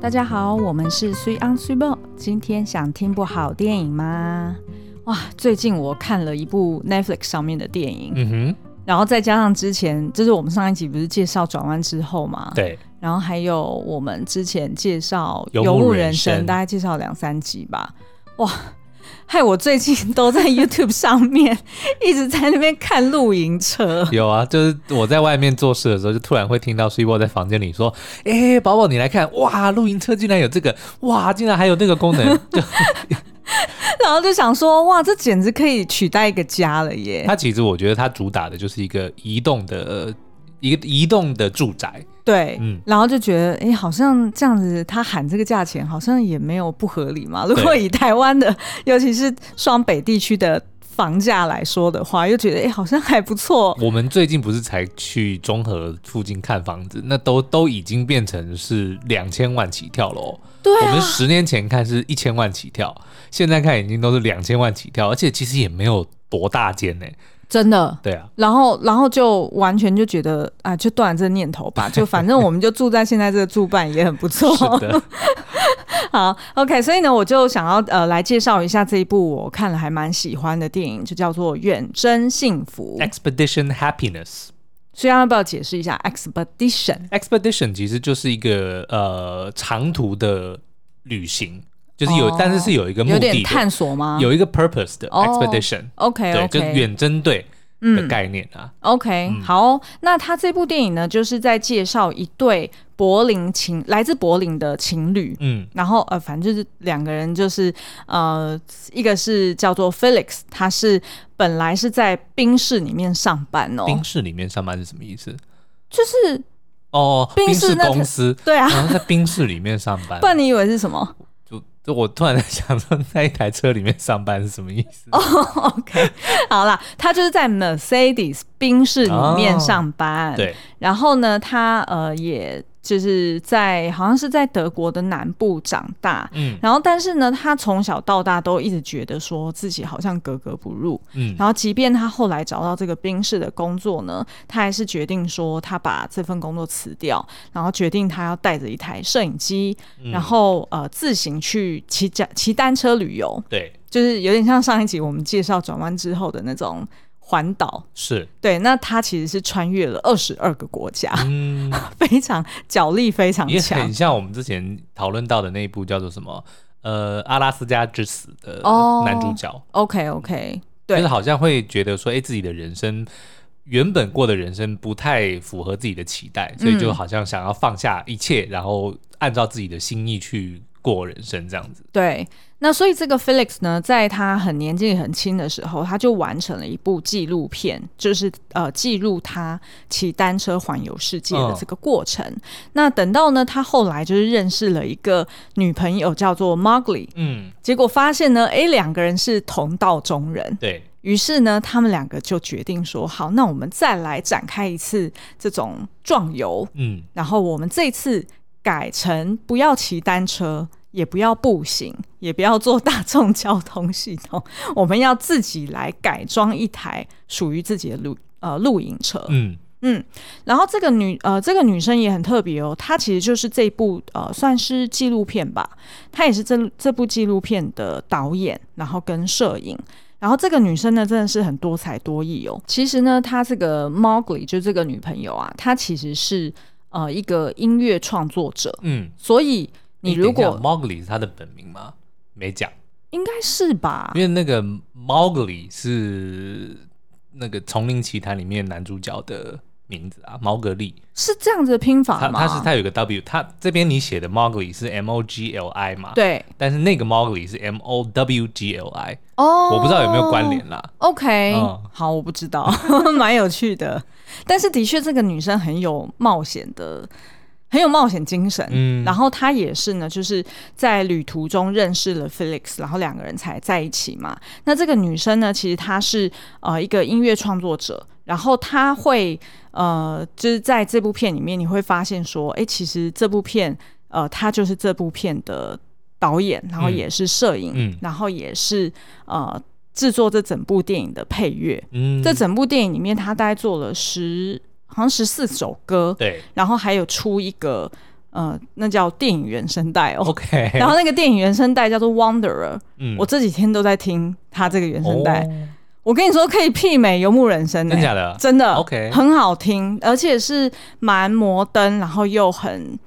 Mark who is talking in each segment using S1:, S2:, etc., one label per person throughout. S1: 大家好，我们是 Three on Three b o 今天想听部好电影吗？哇，最近我看了一部 Netflix 上面的电影，
S2: 嗯哼，
S1: 然后再加上之前，就是我们上一集不是介绍《转弯》之后嘛，
S2: 对，
S1: 然后还有我们之前介绍《
S2: 游
S1: 游
S2: 牧
S1: 牧
S2: 人
S1: 人生》，
S2: 生
S1: 大概介绍两三集吧。哇，害我最近都在 YouTube 上面一直在那边看露营车。
S2: 有啊，就是我在外面做事的时候，就突然会听到 s u p e 在房间里说：“哎、宝宝，你来看，哇，露营车竟然有这个，哇，竟然还有那个 功能。就”
S1: 然后就想说，哇，这简直可以取代一个家了耶！
S2: 它其实我觉得它主打的就是一个移动的、呃一个移动的住宅，
S1: 对，
S2: 嗯
S1: 然后就觉得，哎，好像这样子，他喊这个价钱好像也没有不合理嘛。如果以台湾的，尤其是双北地区的房价来说的话，又觉得，哎，好像还不错。
S2: 我们最近不是才去中和附近看房子，那都都已经变成是两千万起跳了、哦。
S1: 对
S2: 我
S1: 啊
S2: 们，十年前看是一千万起跳，现在看已经都是两千万起跳，而且其实也没有多大间呢、
S1: 真的。
S2: 对啊，
S1: 然后，然后就完全就觉得啊，就断了这个念头吧。就反正我们就住在现在这个住办也很不错。
S2: 是的，
S1: 好，OK，所以呢，我就想要呃来介绍一下这一部我看了还蛮喜欢的电影，就叫做《远征幸福》。
S2: 哎 Expedition Happiness。
S1: 所以要不要解释一下 expedition？
S2: Expedition 其实就是一个呃长途的旅行，就是有，
S1: 哦
S2: 但是是有一个目
S1: 有
S2: 的
S1: 点
S2: 的，
S1: 探索吗？
S2: 有一个 purpose 的
S1: 哦
S2: expedition，、
S1: OK 嗯
S2: 对，就是
S1: OK
S2: 远征队的概念啊。
S1: OK，、好哦、那他这部电影呢，就是在介绍一对柏林情来自柏林的情侣。
S2: 嗯，
S1: 然后呃，反正就是两个人，就是呃，一个是叫做 Felix，他是本来是在冰室里面上班哦，
S2: 冰室里面上班是什么意思？
S1: 就是
S2: 哦，
S1: 冰
S2: 冰
S1: 室
S2: 室
S1: 那
S2: 公司，
S1: 对啊，
S2: 然后在冰室里面上 班
S1: 不。然你以为是什么
S2: 就就我突然在想说，在一台车里面上班是什么意思？
S1: ？OK，好啦，他就是在 Mercedes 冰室里面上班，
S2: 哦对，
S1: 然后呢，他呃也就是在好像是在德国的南部长大，
S2: 嗯
S1: 然后但是呢，他从小到大都一直觉得说自己好像格格不入。
S2: 嗯，
S1: 然后，即便他后来找到这个冰室的工作呢，他还是决定说他把这份工作辞掉，然后决定他要带着一台摄影机，然后呃自行去骑脚骑单车旅游，
S2: 对，
S1: 就是有点像上一集我们介绍转弯之后的那种环岛。
S2: 是，
S1: 对，那他其实是穿越了二十二个国家。
S2: 嗯，
S1: 非常脚力非常
S2: 也
S1: 强
S2: 很像我们之前讨论到的那一部叫做什么？呃，阿拉斯加之死的
S1: 哦
S2: 男主角，
S1: OK OK，
S2: 就
S1: 对
S2: 是好像会觉得说，哎、自己的人生原本过的人生不太符合自己的期待，所以
S1: 嗯
S2: 就好像想要放下一切，然后按照自己的心意去过人生这样子。
S1: 对。那所以这个 Felix 呢，在他很年纪很轻的时候，他就完成了一部纪录片，就是呃记录他骑单车环游世界的
S2: 嗯
S1: 这个过程。那等到呢，他后来就是认识了一个女朋友叫做 Margley，
S2: 嗯，
S1: 结果发现呢，诶，两个人是同道中人，
S2: 对，
S1: 于是呢，他们两个就决定说，好，那我们再来展开一次这种壮游。
S2: 嗯，
S1: 然后我们这次改成不要骑单车，也不要步行，也不要坐大众交通系统，我们要自己来改装一台属于自己的露呃露营车。
S2: 嗯，
S1: 嗯，然后这个女呃这个女生也很特别哦，她其实就是这部呃算是纪录片吧，她也是这这部纪录片的导演，然后跟摄影。然后这个女生呢，真的是很多才多艺哦。其实呢，她这个 Mowgli 就这个女朋友啊，她其实是呃一个音乐创作者，
S2: 嗯。
S1: 所以你如果
S2: Mowgli 是他的本名吗？没讲，
S1: 应该是吧
S2: 因，为那个 Mowgli 是那个《丛林奇谭》里面男主角的名字啊，毛格利。
S1: 是这样子的拼法
S2: 他
S1: 吗？
S2: 他是他有一个 W，他这边你写的 Mowgli 是 M O G L I 嘛？。
S1: 对
S2: 但是那个 Mowgli 是 M O W G L I，、
S1: 哦，
S2: 我不知道有没有关联啦。
S1: OK，、
S2: 嗯
S1: 好，我不知道， 蛮有趣的。但是的确，这个女生很有冒险的，很有冒险精神。
S2: 嗯
S1: 然后她也是呢，就是在旅途中认识了 Felix，然后两个人才在一起嘛。那这个女生呢，其实她是呃一个音乐创作者，然后她会呃就是在这部片里面，你会发现说，哎、其实这部片呃她就是这部片的导演，然后也是摄影，
S2: 嗯
S1: 然后也是呃制作这整部电影的配乐。
S2: 嗯，
S1: 这整部电影里面，他大概做了十，好像十四首歌，
S2: 对
S1: 然后还有出一个呃，那叫电影原声带哦。
S2: OK，
S1: 然后那个电影原声带叫做《Wanderer》，
S2: 嗯
S1: 我这几天都在听他这个原声带。
S2: 哦
S1: 我跟你说，可以媲美《游牧人生、欸》
S2: 真假的
S1: 真的
S2: OK
S1: 很好听，而且是蛮摩登，然后又很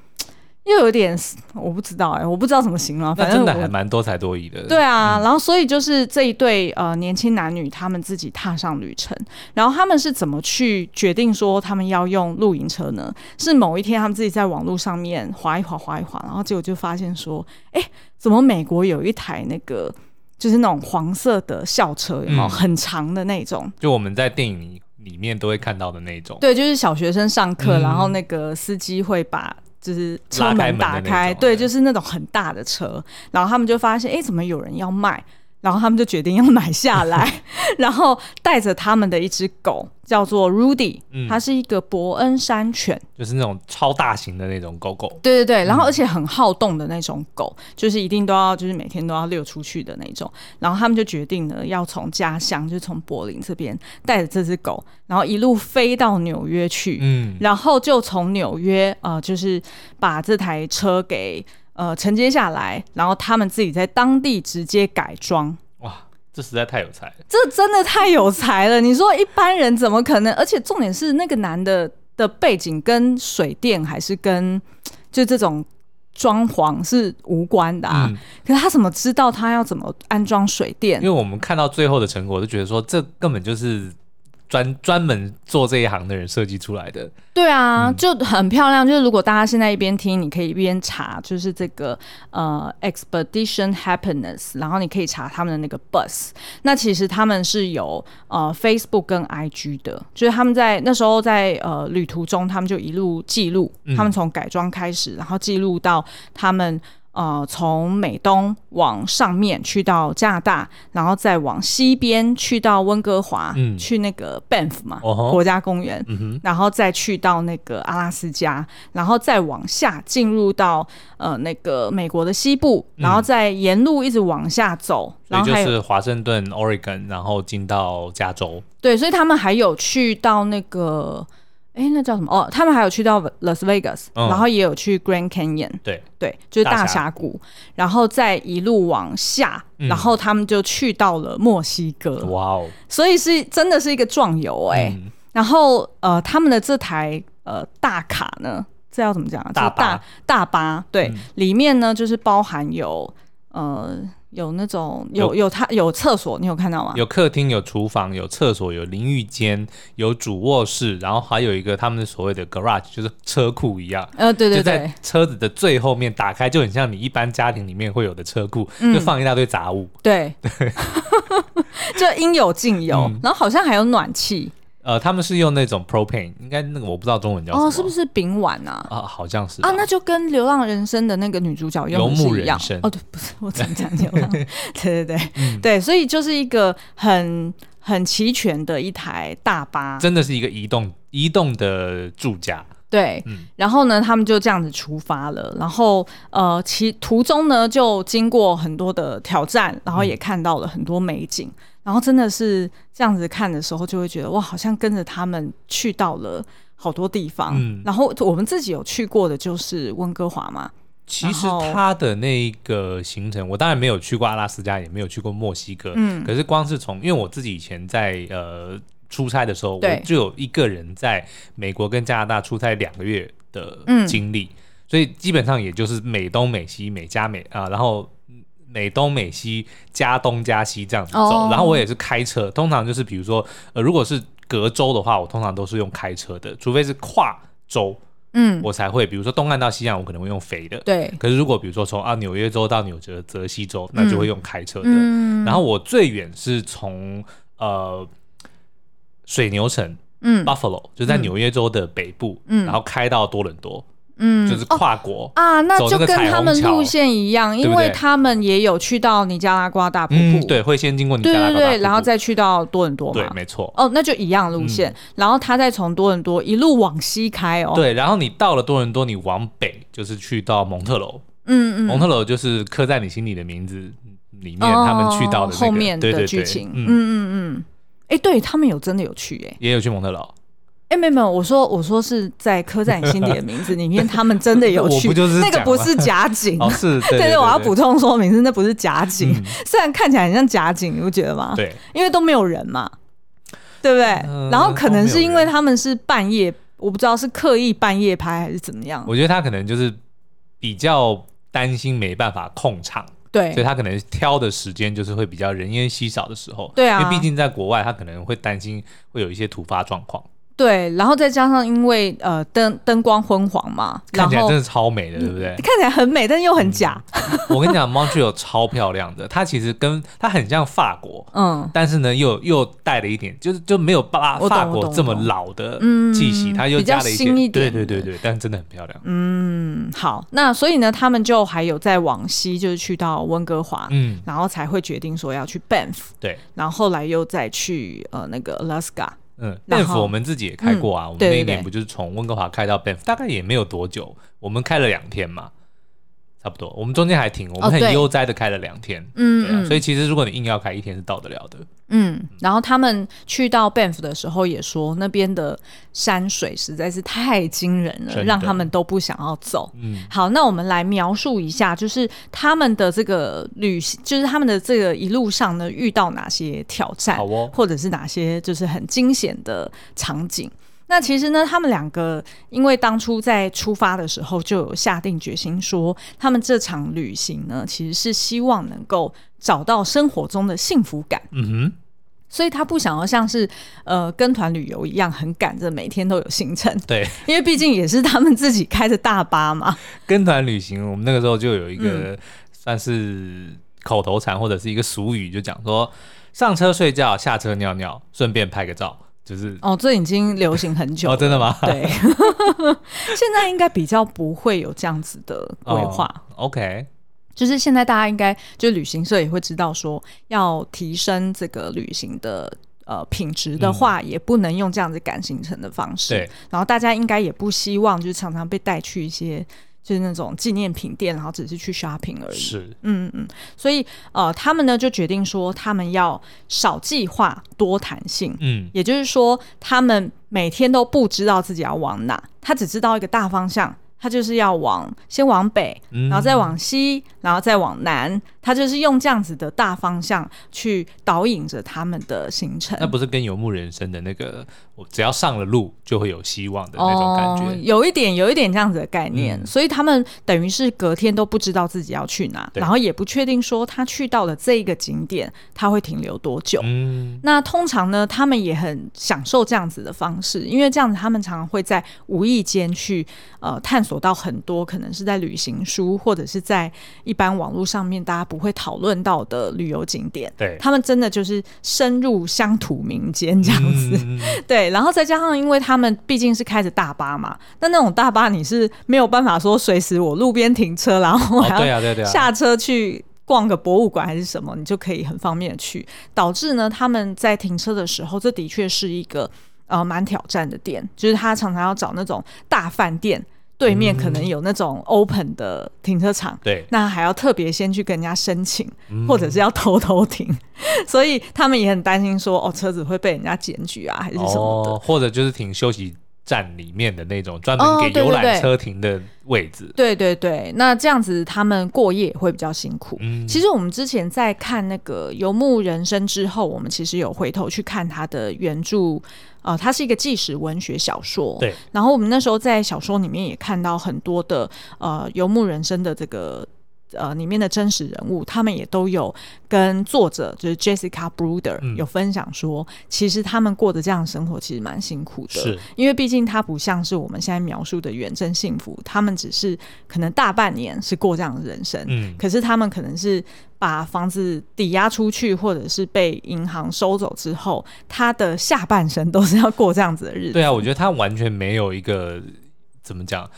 S1: 又有点我不知道哎、我不知道怎么形容，
S2: 那
S1: 反正
S2: 真的
S1: 我
S2: 还蛮多才多艺的。
S1: 对啊，然后所以就是这一对呃年轻男女，他们自己踏上旅程，然后他们是怎么去决定说他们要用露营车呢？是某一天他们自己在网络上面划一划划一划，然后结果就发现说，哎，怎么美国有一台那个就是那种黄色的校车，有没有、
S2: 嗯
S1: 很长的那种？
S2: 就我们在电影里里面都会看到的那种。
S1: 对，就是小学生上课，
S2: 嗯
S1: 然后那个司机会把就是车
S2: 拉开门的
S1: 打
S2: 那
S1: 开，
S2: 种
S1: 对，
S2: 对
S1: 就是那种很大的车，然后他们就发现，哎，怎么有人要卖？然后他们就决定要买下来， 然后带着他们的一只狗，叫做 Rudy，、
S2: 嗯
S1: 它是一个伯恩山犬，
S2: 就是那种超大型的那种狗狗。
S1: 对对对，然后
S2: 嗯
S1: 而且很好动的那种狗，就是一定都要就是每天都要遛出去的那种。然后他们就决定呢，要从家乡，就是从柏林这边带着这只狗，然后一路飞到纽约去，
S2: 嗯，
S1: 然后就从纽约呃，就是把这台车给呃承接下来，然后他们自己在当地直接改装。
S2: 哇，这实在太有才了。
S1: 这真的太有才了！你说一般人怎么可能？而且重点是那个男的的背景跟水电还是跟就这种装潢是无关的啊。
S2: 嗯
S1: 可是他怎么知道他要怎么安装水电
S2: 因为？我们看到最后的成果，就觉得说这根本就是专专门做这一行的人设计出来的。
S1: 对啊，就很漂亮。就是如果大家现在一边听，你可以一边查，就是这个呃 Expedition Happiness，然后你可以查他们的那个 bus。那其实他们是有呃 Facebook 跟 IG 的，就是他们在那时候在呃旅途中，他们就一路记录，
S2: 嗯
S1: 他们从改装开始，然后记录到他们。呃，从美东往上面去到加拿大，然后再往西边去到温哥华，
S2: 嗯
S1: 去那个 Banff 嘛，
S2: 哦吼
S1: 国家公园，
S2: 嗯哼，
S1: 然后再去到那个阿拉斯加，然后再往下进入到呃那个美国的西部，然后再沿路一直往下走，
S2: 嗯所
S1: 然
S2: 以
S1: 后
S2: 就
S1: 还有
S2: 是华盛顿、Oregon，然后进到加州。
S1: 对，所以他们还有去到那个。哎，那叫什么？哦，他们还有去到 Las Vegas，、
S2: 嗯
S1: 然后也有去 Grand Canyon，
S2: 对，
S1: 对，就是
S2: 大
S1: 大
S2: 峡
S1: 峡谷，然后再一路往下，
S2: 嗯
S1: 然后他们就去到了墨西哥，
S2: 哇哦，
S1: 所以是真的是一个壮游哎、
S2: 嗯
S1: 然后呃，他们的这台呃大卡呢，这要怎么讲啊？
S2: 大
S1: 这大大巴对，
S2: 嗯
S1: 里面呢就是包含有呃有那种有
S2: 有
S1: 有它有厕所，你有看到吗？
S2: 有客厅、有厨房、有厕所、有淋浴间、有主卧室，然后还有一个他们所谓的 garage，就是车库一样。
S1: 呃，对对
S2: 就在
S1: 对，
S2: 车子的最后面打开，就很像你一般家庭里面会有的车库，
S1: 嗯
S2: 就放一大堆杂物。
S1: 对， 就应有尽有。
S2: 嗯
S1: 然后好像还有暖气
S2: 呃，他们是用那种 propane，应该那个我不知道中文叫什么，
S1: 哦，是不是丙烷啊？
S2: 啊？好像是吧
S1: 啊，那就跟《流浪人生》的那个女主角用的
S2: 游牧
S1: 是一样
S2: 人生嗯
S1: 哦，对，不是我怎么讲流 浪？对对对、对，所以就是一个很很齐全的一台大巴，
S2: 真的是一个移动移动的住家，
S1: 对，
S2: 嗯
S1: 然后呢，他们就这样子出发了。然后呃，其途中呢，就经过很多的挑战，然后也看到了很多美景。然后真的是这样子看的时候，就会觉得哇，好像跟着他们去到了好多地方。
S2: 嗯
S1: 然后我们自己有去过的就是温哥华嘛，
S2: 其实
S1: 然后
S2: 它的那一个行程，我当然没有去过阿拉斯加，也没有去过墨西哥，
S1: 嗯
S2: 可是光是从，因为我自己以前在呃出差的时候，
S1: 对
S2: 我就有一个人在美国跟加拿大出差两个月的
S1: 嗯
S2: 经历，所以基本上也就是美东、美西、美加美啊、然后。美东、美西、加东、加西这样子走
S1: 哦
S2: 然后我也是开车，通常就是比如说，呃，如果是隔州的话，我通常都是用开车的，除非是跨州，
S1: 嗯，
S2: 我才会，比如说东岸到西岸，我可能会用飞的。
S1: 对，
S2: 可是如果比如说从啊纽约州到纽泽泽西州，那就会用开车的。
S1: 嗯
S2: 然后我最远是从呃水牛城
S1: 嗯
S2: （Buffalo） 就在纽约州的北部，
S1: 嗯
S2: 然后开到多伦多，
S1: 嗯，
S2: 就是跨国。
S1: 啊，那
S2: 走
S1: 就
S2: 那个
S1: 跟
S2: 彩
S1: 他
S2: 虹
S1: 们
S2: 桥
S1: 路线一样，
S2: 对
S1: 因
S2: 不
S1: 为
S2: 对
S1: 他们也有去到尼加拉瓜大瀑布，
S2: 嗯，对，会先经过你加
S1: 对
S2: 拿大
S1: 对
S2: 大瀑
S1: 对，
S2: 布
S1: 然后再去到多伦多嘛，
S2: 对，没错。
S1: 哦，那就一样路线，然后他再从多伦多一路往西开哦。，
S2: 嗯对，然后你到了多伦多，你往北就是去到蒙特楼，
S1: 嗯嗯，
S2: 蒙特楼就是刻在你心里的名字里面，
S1: 哦
S2: 他们去到的、那个、
S1: 后面
S2: 对对
S1: 的
S2: 对
S1: 剧情，嗯
S2: 嗯，
S1: 嗯嗯，哎、对他们有真的有去哎、
S2: 也有去蒙特楼，
S1: 哎，没有没有，我说我说是在刻在你心底的名 字里面，他们真的有
S2: 我
S1: 去
S2: 不就是
S1: 那个
S2: 讲
S1: 不
S2: 吗
S1: 是假景，
S2: 哦，是，对
S1: 对
S2: 对，
S1: 我要补充说明是那不是假景，
S2: 嗯
S1: 虽然看起来很像假景，你不觉得吗？，
S2: 对，
S1: 因为都没有人嘛，对不对？
S2: 嗯
S1: 然后可能是因为
S2: 都没有人
S1: 他们是半夜，我不知道是刻意半夜拍还是怎么样。
S2: 我觉得他可能就是比较担心没办法控场，所以
S1: 对
S2: 他可能挑的时间就是会比较人烟稀少的时候。
S1: 对啊
S2: 因为毕竟在国外，他可能会担心会有一些突发状况，
S1: 对，然后再加上因为呃灯灯光昏黄嘛，然
S2: 看起来
S1: 后嗯
S2: 真的超美的，对不对？
S1: 看起来很美，但是又很假。
S2: 我跟你讲，Montreal 超漂亮的，它其实跟它很像法国。
S1: 嗯，
S2: 但是呢，又又带了一点，就是就没有巴
S1: 我懂
S2: 法
S1: 我
S2: 国
S1: 懂
S2: 这么
S1: 我懂
S2: 老的
S1: 嗯
S2: 气息，它又
S1: 比较
S2: 加了些，
S1: 新一点
S2: 对对对对，但真的很漂亮。
S1: 嗯，好，那所以呢，他们就还有再往西，就是去到温哥华，
S2: 嗯，
S1: 然后才会决定说要去 Banff，
S2: 对，
S1: 然后后来又再去呃那个 Alaska。
S2: 嗯，
S1: 然
S2: 班
S1: 后
S2: 夫我们自己也开过啊，我们
S1: 对
S2: 那
S1: 对
S2: 一年
S1: 对
S2: 不就是从温哥华开到班夫，大概也没有多久，我们开了两天嘛，差不多。我们中间还停，我
S1: 哦
S2: 们很
S1: 对
S2: 悠哉的开了两天，
S1: 嗯
S2: 对啊
S1: 嗯，
S2: 所以其实如果你硬要开一天是到得了的，
S1: 嗯，然后他们去到 Banff 的时候也说，那边的山水实在是太惊人
S2: 真的
S1: 了，让他们都不想要走。
S2: 嗯，
S1: 好，那我们来描述一下，就是他们的这个旅行，就是他们的这个一路上呢，遇到哪些挑战
S2: 好，哦，
S1: 或者是哪些就是很惊险的场景。那其实呢，他们两个因为当初在出发的时候就有下定决心说，他们这场旅行呢，其实是希望能够找到生活中的幸福感。
S2: 嗯哼，
S1: 所以他不想要像是呃跟团旅游一样很赶着每天都有行程，
S2: 对，
S1: 因为毕竟也是他们自己开着大巴嘛。
S2: 跟团旅行，我们那个时候就有一
S1: 嗯
S2: 个算是口头禅或者是一个俗语，就讲说上车睡觉，下车尿尿，顺便拍个照，就是
S1: 哦，这已经流行很久了
S2: 哦，真的吗？
S1: 对， 现在应该比较不会有这样子的规划，
S2: 哦，OK，
S1: 就是现在大家应该就旅行社也会知道说，要提升这个旅行的呃品质的话，也不能用这样子赶行程的方式。
S2: 嗯对，
S1: 然后大家应该也不希望就是常常被带去一些就是那种纪念品店，然后只是去 shopping 而已。
S2: 是，
S1: 嗯嗯，嗯，所以呃，他们呢就决定说，他们要少计划多弹性，
S2: 嗯，
S1: 也就是说，他们每天都不知道自己要往哪，他只知道一个大方向，他就是要往先往北，
S2: 嗯
S1: 然后再往西，然后再往南，他就是用这样子的大方向去导引着他们的行程。
S2: 那不是跟游牧人生的那个，我只要上了路就会有希望的那种感
S1: 哦，
S2: 觉。
S1: 有一点有一点这样子的概念，
S2: 嗯
S1: 所以他们等于是隔天都不知道自己要去哪，
S2: 对
S1: 然后也不确定说他去到的这一个景点他会停留多久。
S2: 嗯，
S1: 那通常呢，他们也很享受这样子的方式，因为这样子他们常常会在无意间去呃探索到很多可能是在旅行书或者是在一般网络上面大家不会讨论到的旅游景点。
S2: 对，
S1: 他们真的就是深入乡土民间这样子，
S2: 嗯
S1: 对，然后再加上因为他们毕竟是开着大巴嘛，那那种大巴你是没有办法说随时我路边停车，然后我
S2: 哦，
S1: 还要
S2: 对啊，对啊对啊，
S1: 下车去逛个博物馆还是什么，你就可以很方便的去。导致呢，他们在停车的时候，这的确是一个呃蛮挑战的点，就是他常常要找那种大饭店对面可
S2: 嗯
S1: 能有那种 open 的停车场。
S2: 对，
S1: 那还要特别先去跟人家申请，或者是要偷偷停，所以他们也很担心说，哦，车子会被人家检举啊，还是什么的。
S2: 哦，或者就是停休息站里面的那种专
S1: 哦
S2: 门给
S1: 对
S2: 游
S1: 对
S2: 览
S1: 对
S2: 车停的位置。
S1: 对对对，那这样子他们过夜也会比较辛苦。
S2: 嗯，
S1: 其实我们之前在看那个《游牧人生》之后，我们其实有回头去看他的原著，呃，它是一个纪实文学小说。
S2: 对。
S1: 然后我们那时候在小说里面也看到很多的呃《游牧人生》的这个。呃，里面的真实人物，他们也都有跟作者就是 Jessica Bruder、
S2: 嗯
S1: 有分享说，其实他们过的这样的生活其实蛮辛苦的，
S2: 是
S1: 因为毕竟它不像是我们现在描述的远征幸福，他们只是可能大半年是过这样的人生，
S2: 嗯，
S1: 可是他们可能是把房子抵押出去，或者是被银行收走之后，他的下半生都是要过这样子的日子。
S2: 对啊，我觉得他完全没有一个怎么讲，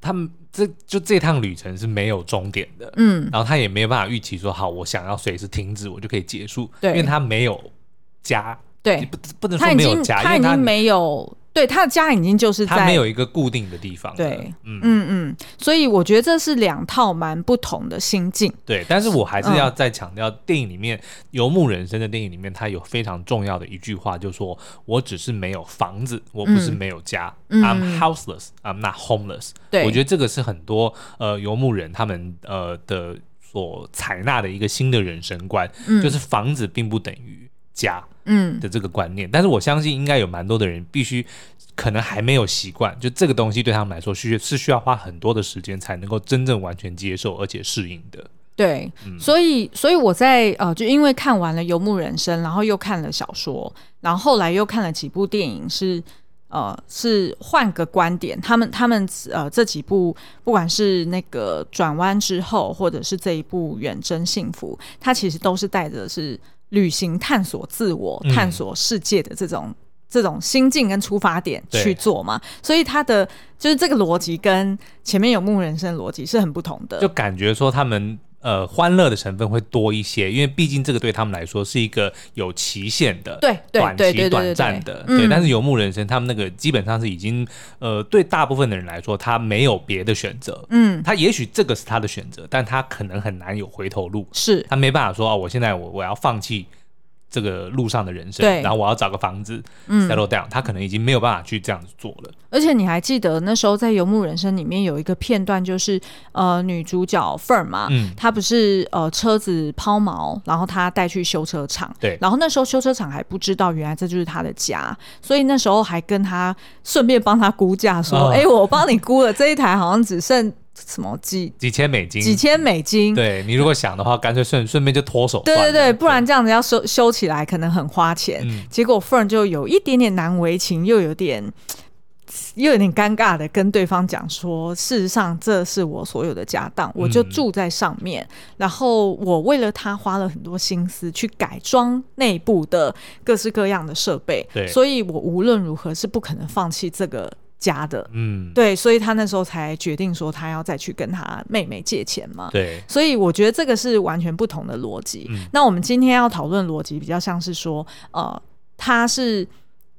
S2: 他们这就这趟旅程是没有终点的。
S1: 嗯，
S2: 然后他也没有办法预期说，好，我想要随时停止，我就可以结束，
S1: 对
S2: 因为他没有家，
S1: 对，
S2: 不不能
S1: 他
S2: 说
S1: 已
S2: 没有
S1: 经
S2: 家，因为
S1: 已
S2: 他
S1: 经没有对他的家已经就是
S2: 它
S1: 在
S2: 没有一个固定的地方了。
S1: 对
S2: 嗯
S1: 嗯嗯，所以我觉得这是两套蛮不同的心境。
S2: 对，但是我还
S1: 嗯
S2: 是要再强调，电影里面《游牧人生》的电影里面，它有非常重要的一句话，就说我只是没有房子，我不是
S1: 嗯
S2: 没有家、i m houseless, I'm not homeless。
S1: 对
S2: 我觉得这个是很多呃游牧人他们呃的所采纳的一个新的人生观，就是房子并不等于家
S1: 嗯，
S2: 的这个观念。但是我相信，应该有蛮多的人必须。可能还没有习惯，就这个东西对他们来说需是需要花很多的时间才能够真正完全接受而且适应的。
S1: 对，
S2: 嗯
S1: 所以所以我在呃，就因为看完了《游牧人生》，然后又看了小说，然后后来又看了几部电影是。呃，是换个观点，他们他们呃这几部，不管是那个转弯之后，或者是这一部远征幸福，它其实都是带着是旅行、探索自我、
S2: 嗯
S1: 探索世界的这种、这种心境跟出发点
S2: 对
S1: 去做嘛，所以它的就是这个逻辑跟前面有牧人生的逻辑是很不同的，
S2: 就感觉说他们呃欢乐的成分会多一些，因为毕竟这个对他们来说是一个有期限的，
S1: 对对
S2: 短
S1: 对对
S2: 期
S1: 对
S2: 短
S1: 对
S2: 暂
S1: 对
S2: 的，
S1: 嗯
S2: 对。但是游牧人生他们那个基本上是已经呃对大部分的人来说，他没有别的选择，
S1: 嗯，
S2: 他也许这个是他的选择，但他可能很难有回头路，
S1: 是
S2: 他没办法说哦，我现在我我要放弃。这个路上的人生
S1: 对，
S2: 然后我要找个房子、嗯、settle down，他可能已经没有办法去这样子做了。
S1: 而且你还记得那时候在《游牧人生》里面有一个片段，就是呃女主角 Fern 嘛，
S2: 嗯
S1: 她不是呃车子抛锚，然后她带去修车厂，
S2: 对
S1: 然后那时候修车厂还不知道原来这就是她的家，所以那时候还跟她顺便帮她估价说，
S2: 哦
S1: 哎、我帮你估了这一台好像只剩什么几
S2: 几千美金，
S1: 几千美金，
S2: 对你如果想的话，干脆顺顺便就脱手
S1: 对
S2: 算
S1: 对对，
S2: 了
S1: 不然这样子要修修起来可能很花钱。
S2: 嗯
S1: 结果 Fern 就有一点点难为情，又有点又有点尴尬的跟对方讲说，事实上这是我所有的家当，
S2: 嗯
S1: 我就住在上面。然后我为了他花了很多心思去改装内部的各式各样的设备，
S2: 对
S1: 所以我无论如何是不可能放弃这个家的。
S2: 嗯，
S1: 对，所以他那时候才决定说，他要再去跟他妹妹借钱嘛。
S2: 对，
S1: 所以我觉得这个是完全不同的逻辑。
S2: 嗯
S1: 那我们今天要讨论逻辑，比较像是说，呃，他是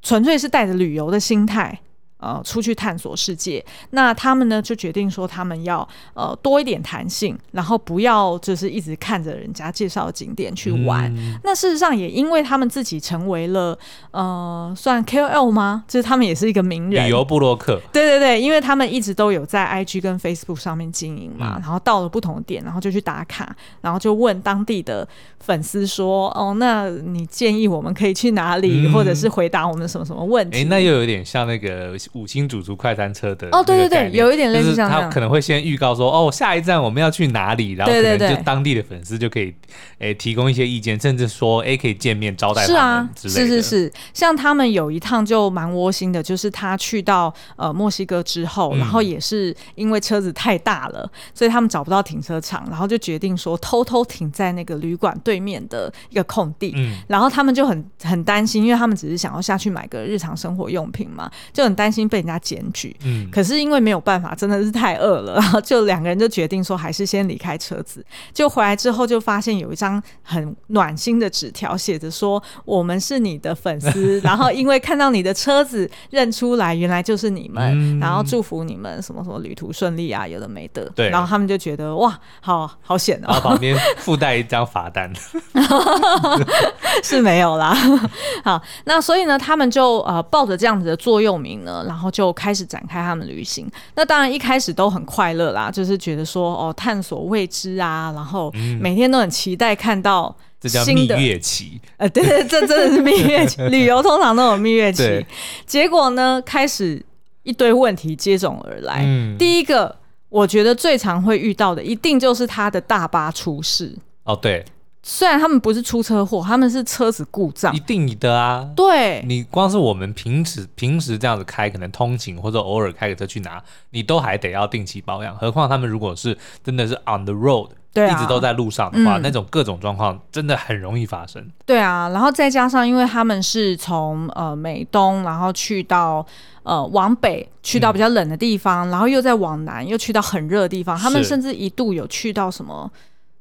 S1: 纯粹是带着旅游的心态。呃，出去探索世界，那他们呢就决定说，他们要呃多一点弹性，然后不要就是一直看着人家介绍的景点去玩。
S2: 嗯
S1: 那事实上也因为他们自己成为了呃算 KOL 吗？就是他们也是一个名人，
S2: 旅游部落客，
S1: 对对对，因为他们一直都有在 IG 跟 Facebook 上面经营嘛，
S2: 嗯
S1: 然后到了不同的点，然后就去打卡，然后就问当地的粉丝说：“哦，那你建议我们可以去哪里，
S2: 嗯
S1: 或者是回答我们什么什么问题？”
S2: 哎、那又有点像那个五星主厨快餐车的
S1: 哦对
S2: 那
S1: 对对
S2: 个概念
S1: 有一点类似
S2: 就是
S1: 像那
S2: 他
S1: 样
S2: 可能会先预告说，哦，下一站我们要去哪里，然后
S1: 对
S2: 可
S1: 对
S2: 能
S1: 对
S2: 就当地的粉丝就可以，哎、提供一些意见，甚至说，哎、可以见面招待
S1: 是
S2: 他
S1: 啊
S2: 们，之类
S1: 是
S2: 的，
S1: 是是，像他们有一趟就蛮窝心的，就是他去到呃墨西哥之后，
S2: 嗯
S1: 然后也是因为车子太大了，所以他们找不到停车场，然后就决定说偷偷停在那个旅馆对面的一个空地，
S2: 嗯，
S1: 然后他们就很很担心，因为他们只是想要下去买个日常生活用品嘛，就很担心被人家检举。
S2: 嗯
S1: 可是因为没有办法，真的是太饿了，然 后就两个人就决定说，还是先离开车子。就回来之后，就发现有一张很暖心的纸条，写着说：“我们是你的粉 丝，然后因为看到你的车子，认出来原来就是你们，
S2: 嗯
S1: 然后祝福你们什么什么旅途顺利啊，有的没的。”
S2: 对啊
S1: 然后他们就觉得哇，好好险哦
S2: 然后，旁边附带一张罚单，
S1: 是没有啦。好，那所以呢，他们就呃抱着这样子的座右铭呢，然后就开始展开他们旅行。那当然一开始都很快乐啦，就是觉得说哦，探索未知啊，然后
S2: 嗯
S1: 每天都很期待看到
S2: 这叫蜜
S1: 新的。
S2: 月期，
S1: 呃， 对对，这真的是蜜月期，旅游通常都有蜜月期
S2: 对。
S1: 结果呢，开始一堆问题接踵而来。
S2: 嗯，
S1: 第一个，我觉得最常会遇到的，一定就是他的大巴出事。
S2: 哦，对，
S1: 虽然他们不是出车祸，他们是车子故障
S2: 一。定的啊。
S1: 对，
S2: 你光是我们平时平时这样子开，可能通勤或者偶尔开个车去拿，你都还得要定期保养。何况他们如果是真的是 on the road，
S1: 对啊
S2: 一直都在路上的话，
S1: 嗯
S2: 那种各种状况真的很容易发生。
S1: 对啊，然后再加上，因为他们是从呃美东，然后去到呃往北，去
S2: 嗯
S1: 到比较冷的地方，然后又再往南，又去到很热的地方。他们
S2: 是
S1: 甚至一度有去到什么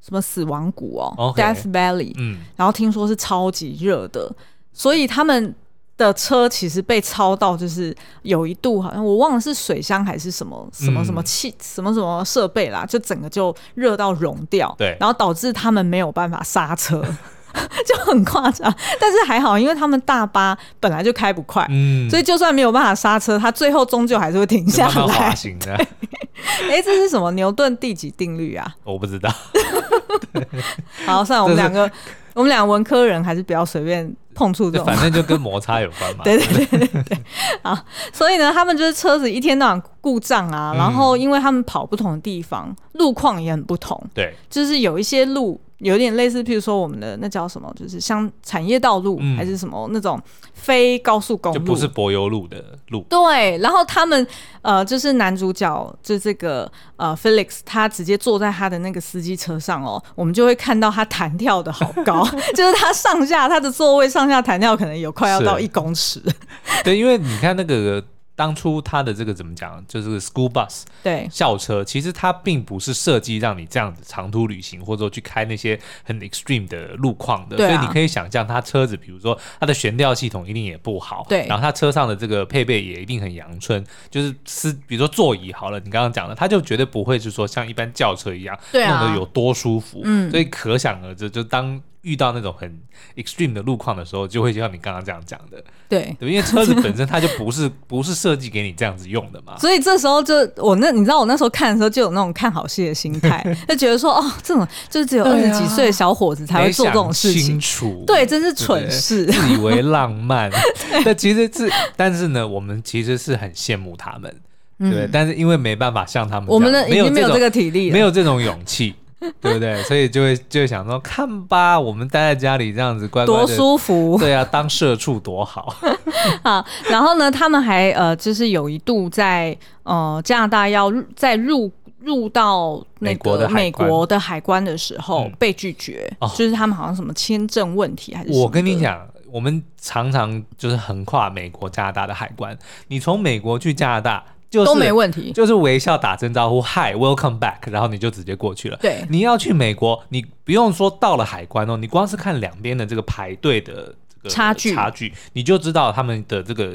S1: 什么死亡谷哦
S2: OK
S1: ，Death Valley，
S2: 嗯，
S1: 然后听说是超级热的，所以他们的车其实被超到，就是有一度好像我忘了是水箱还是什么什么什么
S2: 嗯
S1: 气、什么什么设备啦，就整个就热到融掉，
S2: 对
S1: 然后导致他们没有办法刹车， 就很夸张。但是还好，因为他们大巴本来就开不快。
S2: 嗯，
S1: 所以就算没有办法刹车，它最后终究还是会停
S2: 就
S1: 下
S2: 慢慢
S1: 来
S2: 滑。行的，
S1: 哎、这是什么牛顿第几定律啊？
S2: 我不知道。
S1: 好，算了，我们两个，我们俩文科人还是不要随便碰触这种
S2: 反正就跟摩擦有关嘛。
S1: 对对对对对，啊，所以呢，他们就是车子一天到晚故障啊，
S2: 嗯
S1: 然后因为他们跑不同的地方，路况也很不同，
S2: 对，
S1: 就是有一些路有点类似，譬如说我们的那叫什么，就是像产业道路、
S2: 嗯
S1: 还是什么那种非高速公
S2: 就
S1: 路
S2: 不，是柏油路的路。
S1: 对，然后他们呃，就是男主角就这个呃 Felix，他直接坐在他的那个司机车上哦，我们就会看到他弹跳的好 高，就是他上下他的座位上下弹跳可能有快要
S2: 是
S1: 到一公尺，
S2: 对，因为你看那个当初他的这个怎么讲，就是 school bus
S1: 对。
S2: 校车，其实它并不是设计让你这样子长途旅行，或者说去开那些很 extreme 的路况的。
S1: 对啊
S2: 所以你可以想象，它车子比如说它的悬吊系统一定也不好，
S1: 对
S2: 然后它车上的这个配备也一定很阳春，就是是比如说座椅好了，你刚刚讲的，它就绝对不会是说像一般轿车一样
S1: 对啊
S2: 弄得有多舒服。嗯，所以可想而知，就当。遇到那种很 extreme 的路况的时候，就会像你刚刚这样讲的，
S1: 对，
S2: 对，因为 车子本身它就不是不是设计给你这样子用的嘛。
S1: 所以这时候就我那你知道我那时候看的时候就有那种看好戏的心 态，就觉得说哦，这种就是只有二
S2: 对
S1: 十
S2: 啊
S1: 几岁的小伙子才会做这种事
S2: 没想清
S1: 情，
S2: 楚，
S1: 对，真是蠢
S2: 对啊
S1: 事。
S2: 自以为浪漫。但其实是，但是呢，我们其实是很羡慕他们，对不对，但是因为没办法像他们这样，
S1: 嗯我们的已
S2: 没有
S1: 经没有
S2: 种
S1: 这个体力
S2: 没
S1: 了，
S2: 有这种勇 气。对不对？所以就会就会想说，看吧，我们待在家里这样子乖乖
S1: 多
S2: 的，
S1: 舒服
S2: 对啊，当社畜多好。
S1: 啊！然后呢，他们还呃，就是有一度在呃加拿大要入再入入到那
S2: 美国的
S1: 个
S2: 海
S1: 美
S2: 关
S1: 国的海关的时候
S2: 嗯
S1: 被拒绝
S2: 哦，
S1: 就是他们好像什么签证问题还是什么
S2: 我跟你
S1: 的，
S2: 讲，我们常常就是横跨美国、加拿大的海关，你从美国去加拿大就是
S1: 都没问题
S2: 就是微笑打声招呼，Hi, welcome back，然后你就直接过去了。
S1: 对
S2: 你要去美国，你不用说到了海关哦，你光是看两边的这个排队的这个
S1: 差距
S2: 差距，你就知道他们的这个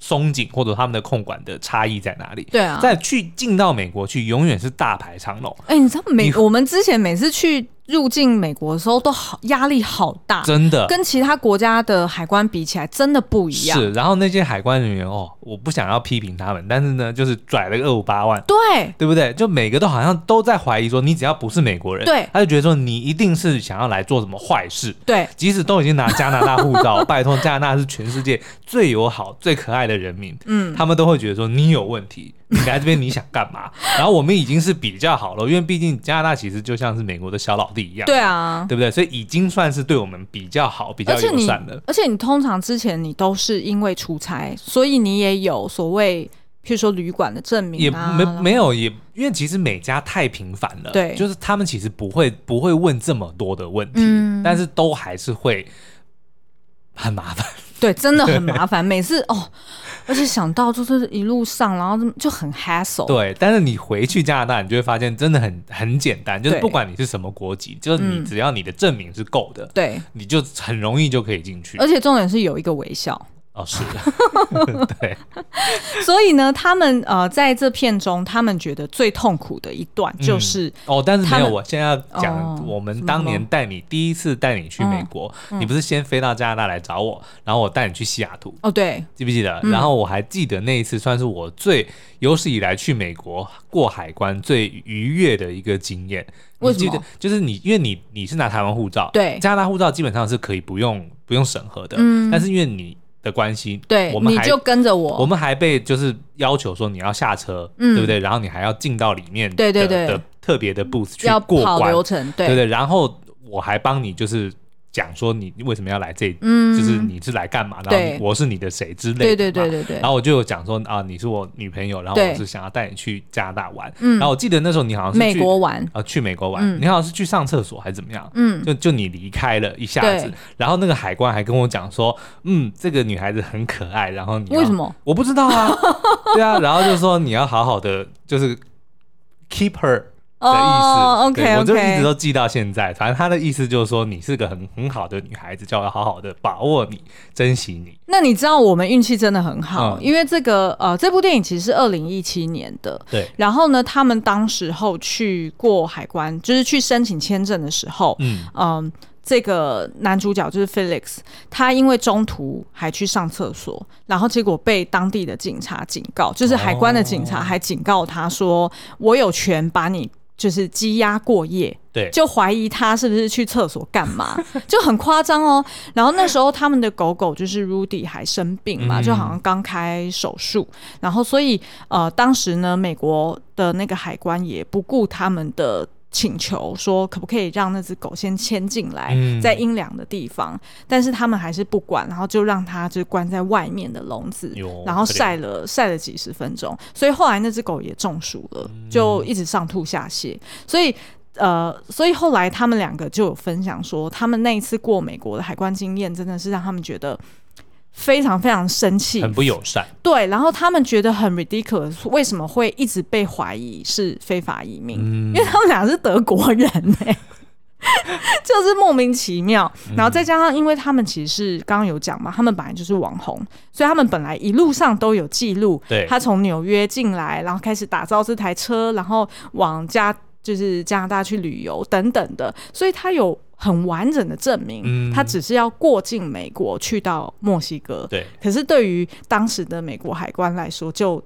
S2: 松紧或者他们的控管的差异在哪里。
S1: 对啊，
S2: 再去进到美国去，永远是大排长龙，
S1: 哎、你知道美
S2: 你
S1: 我们之前每次去入境美国的时候，都好压力好大，
S2: 真的。
S1: 啊跟其他国家的海关比起来，真的不一样。
S2: 是，然后那些海关人员哦，我不想要批评他们，但是呢，就是拽了个二五八万，
S1: 对
S2: 对不对？就每个都好像都在怀疑说，你只要不是美国人，
S1: 对
S2: 他就觉得说你一定是想要来做什么坏事。
S1: 对，
S2: 即使都已经拿加拿大护照，拜托，加拿大是全世界最友好、最可爱的人民，嗯，他们都会觉得说你有问题，你来这边你想干 嘛？然后我们已经是比较好了，因为毕竟加拿大其实就像是美国的小老弟一样，
S1: 对啊。
S2: 对不对？所以已经算是对我们比较好、比较
S1: 而且
S2: 友
S1: 你
S2: 善的，，
S1: 而且你通常之前你都是因为出差，所以你也有所谓，譬如说旅馆的证
S2: 也
S1: 明啊，
S2: 没
S1: 然后
S2: 没有也，因为其实美加太频繁了，
S1: 对
S2: 就是他们其实不会不会问这么多的问题，
S1: 嗯
S2: 但是都还是会很麻烦。
S1: 对，真的很麻烦。每次哦，而且想到就是一路上，然后就很 hassle。
S2: 对，但是你回去加拿大，你就会发现真的很很简单，就是
S1: 对
S2: 不管你是什么国籍，就是你
S1: 嗯
S2: 只要你的证明是够的，
S1: 对，
S2: 你就很容易就可以进去。
S1: 而且重点是有一个微笑。
S2: 哦，是 的，对，
S1: 所以呢，他们呃，在这片中，他们觉得最痛苦的一段就是，
S2: 哦，但是没
S1: 他
S2: 有，
S1: 们
S2: 我现在要讲
S1: 哦
S2: 我们
S1: 什么嗯
S2: 当年带你第一次带你去美国，你不是先飞到加拿大来找我，然后我带你去西雅图。
S1: 哦，对，
S2: 记不记得？然后我还记得那一次算是我最有史以来去美国过海关最愉悦的一个经验。你
S1: 为什么
S2: 记不记得？就是你，因为你你是拿台湾护照，
S1: 对嗯
S2: 加拿大护照基本上是可以不用不用审核的，但是因为你的关系，
S1: 对
S2: 我，们
S1: 你
S2: 还
S1: 就跟着我，
S2: 我们还被就是要求说你要下车，
S1: 嗯
S2: 对不对？然后你还要进到里面的，
S1: 对对对
S2: 的特别的 booth 去
S1: 要
S2: 过
S1: 跑
S2: 关，
S1: 流程，
S2: 对
S1: 对，
S2: 对，然后我还帮你就是讲说你为什么要来这，
S1: 嗯
S2: 就是你是来干嘛，然后
S1: 对
S2: 你我是你的谁之类的嘛，
S1: 对对对对对
S2: 然，后我就有讲说啊，你是我女朋友，然后我
S1: 对
S2: 是想要带你去加拿大玩。
S1: 嗯
S2: 然后我记得那时候你好像是
S1: 美
S2: 去
S1: 国玩，
S2: 啊、去美国玩，
S1: 嗯
S2: 你好像是去上厕所还是怎么样？
S1: 嗯，
S2: 就就你离开了一下子
S1: 对，
S2: 然后那个海关还跟我讲说，嗯，这个女孩子很可爱，然后你要
S1: 为什么？
S2: 我不知道啊，对啊，然后就说你要好好的，就是 keep her 的意思。
S1: 哦
S2: 对
S1: ，OK，OK
S2: 我就一直都记到现在。反正他的意思就是说，你是个很很好的女孩子，叫我好好的把握你，珍惜你。
S1: 那你知道我们运气真的很好，
S2: 嗯
S1: 因为这个呃，这部电影其实是二零一七年的。
S2: 对，
S1: 然后呢，他们当时候去过海关，就是去申请签证的时候，
S2: 嗯，
S1: 嗯，这个男主角就是 Felix，他因为中途还去上厕所，然后结果被当地的警察警告，就是海关的警
S2: 哦
S1: 察还警告他说：“我有权把你。”就是羁押过夜，
S2: 对，
S1: 就怀疑他是不是去厕所干嘛， 就很夸张哦。然后那时候他们的狗狗就是 Rudy 还生病嘛，
S2: 嗯
S1: 就好像刚开手术，然后所以呃，当时呢，美国的那个海关也不顾他们的。请求说可不可以让那只狗先牵进来，
S2: 嗯
S1: 在阴凉的地方，但是他们还是不管，然后就让它就关在外面的笼子
S2: 哟，
S1: 然后
S2: 可怜
S1: 晒了晒了几十分钟，所以后来那只狗也中暑了，
S2: 嗯
S1: 就一直上吐下泻，所以。呃，所以后来他们两个就有分享说，他们那一次过美国的海关经验，真的是让他们觉得非常非常生气，
S2: 很不友善。
S1: 对，然后他们觉得很 ridiculous，为什么会一直被怀疑是非法移民？
S2: 嗯
S1: 因为他们俩是德国人哎、 就是莫名其妙。
S2: 嗯
S1: 然后再加上，因为他们其实是刚刚有讲嘛，他们本来就是网红，所以他们本来一路上都有记录。
S2: 对
S1: 他从纽约进来，然后开始打造这台车，然后往加就是加拿大去旅游等等的，所以他有。很完整的证明，
S2: 嗯
S1: 他只是要过境美国去到墨西哥，
S2: 对，
S1: 可是对于当时的美国海关来说，就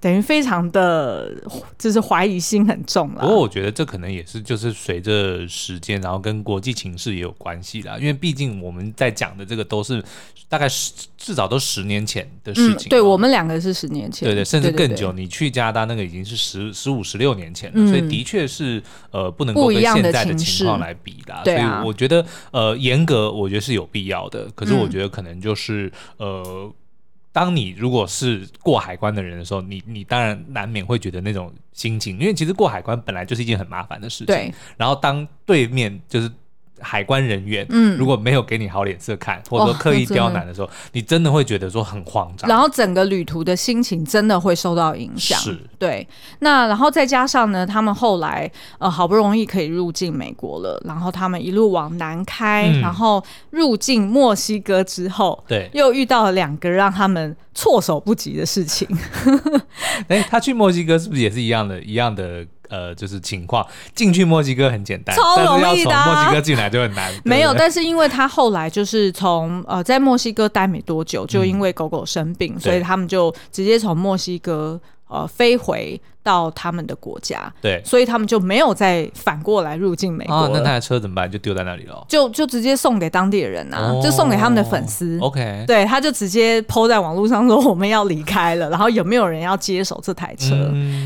S1: 等于非常的，就是怀疑心很重
S2: 不过
S1: 了。
S2: 我觉得这可能也是就是随着时间，然后跟国际情势也有关系啦。因为毕竟我们在讲的这个都是大概十至少都十年前的事
S1: 嗯
S2: 情了、，
S1: 对我们两个是十年前，
S2: 对对，甚至更
S1: 对
S2: 久。。你去加拿大那个已经是十十五、十六年前了，
S1: 嗯
S2: 所以的确是呃不能够
S1: 不一
S2: 跟
S1: 样的
S2: 现在的
S1: 情势
S2: 情况来比啦。
S1: 对啊
S2: 所以我觉得呃严格我觉得是有必要的，可是我
S1: 嗯
S2: 觉得可能就是、呃。当你如果是过海关的人的时候，你你当然难免会觉得那种心情，因为其实过海关本来就是一件很麻烦的事情。
S1: 对。
S2: 然后当对面就是海关人员，
S1: 嗯
S2: 如果没有给你好脸色看，或者说
S1: 哇
S2: 刻意
S1: 那真的
S2: 刁难的时候，你真的会觉得说很慌张。
S1: 然后整个旅途的心情真的会受到影响，
S2: 是
S1: 对。那然后再加上呢，他们后来呃好不容易可以入境美国了，然后他们一路往南开，
S2: 嗯
S1: 然后入境墨西哥之后，
S2: 对，
S1: 又遇到了两个让他们措手不及的事情。
S2: 哎、他去墨西哥是不是也是一样的，一样的呃，就是情况？进去墨西哥很简单，
S1: 超
S2: 但是
S1: 容
S2: 要
S1: 易
S2: 从
S1: 的啊
S2: 墨西哥进来就很难。对不对
S1: 没有，但是因为他后来就是从呃在墨西哥待没多久，
S2: 嗯
S1: 就因为狗狗生病，所以他们就直接从墨西哥呃飞回到他们的国家，
S2: 对
S1: 所以他们就没有再反过来入境美国
S2: 啊，那
S1: 了
S2: 他的车怎么办？就丢在那里了。
S1: 就就直接送给当地的人啊，
S2: 哦
S1: 就送给他们的粉丝。
S2: OK，
S1: 对，他就直接抛在网络上说我们要离开了，然后有没有人要接手这台车？
S2: 嗯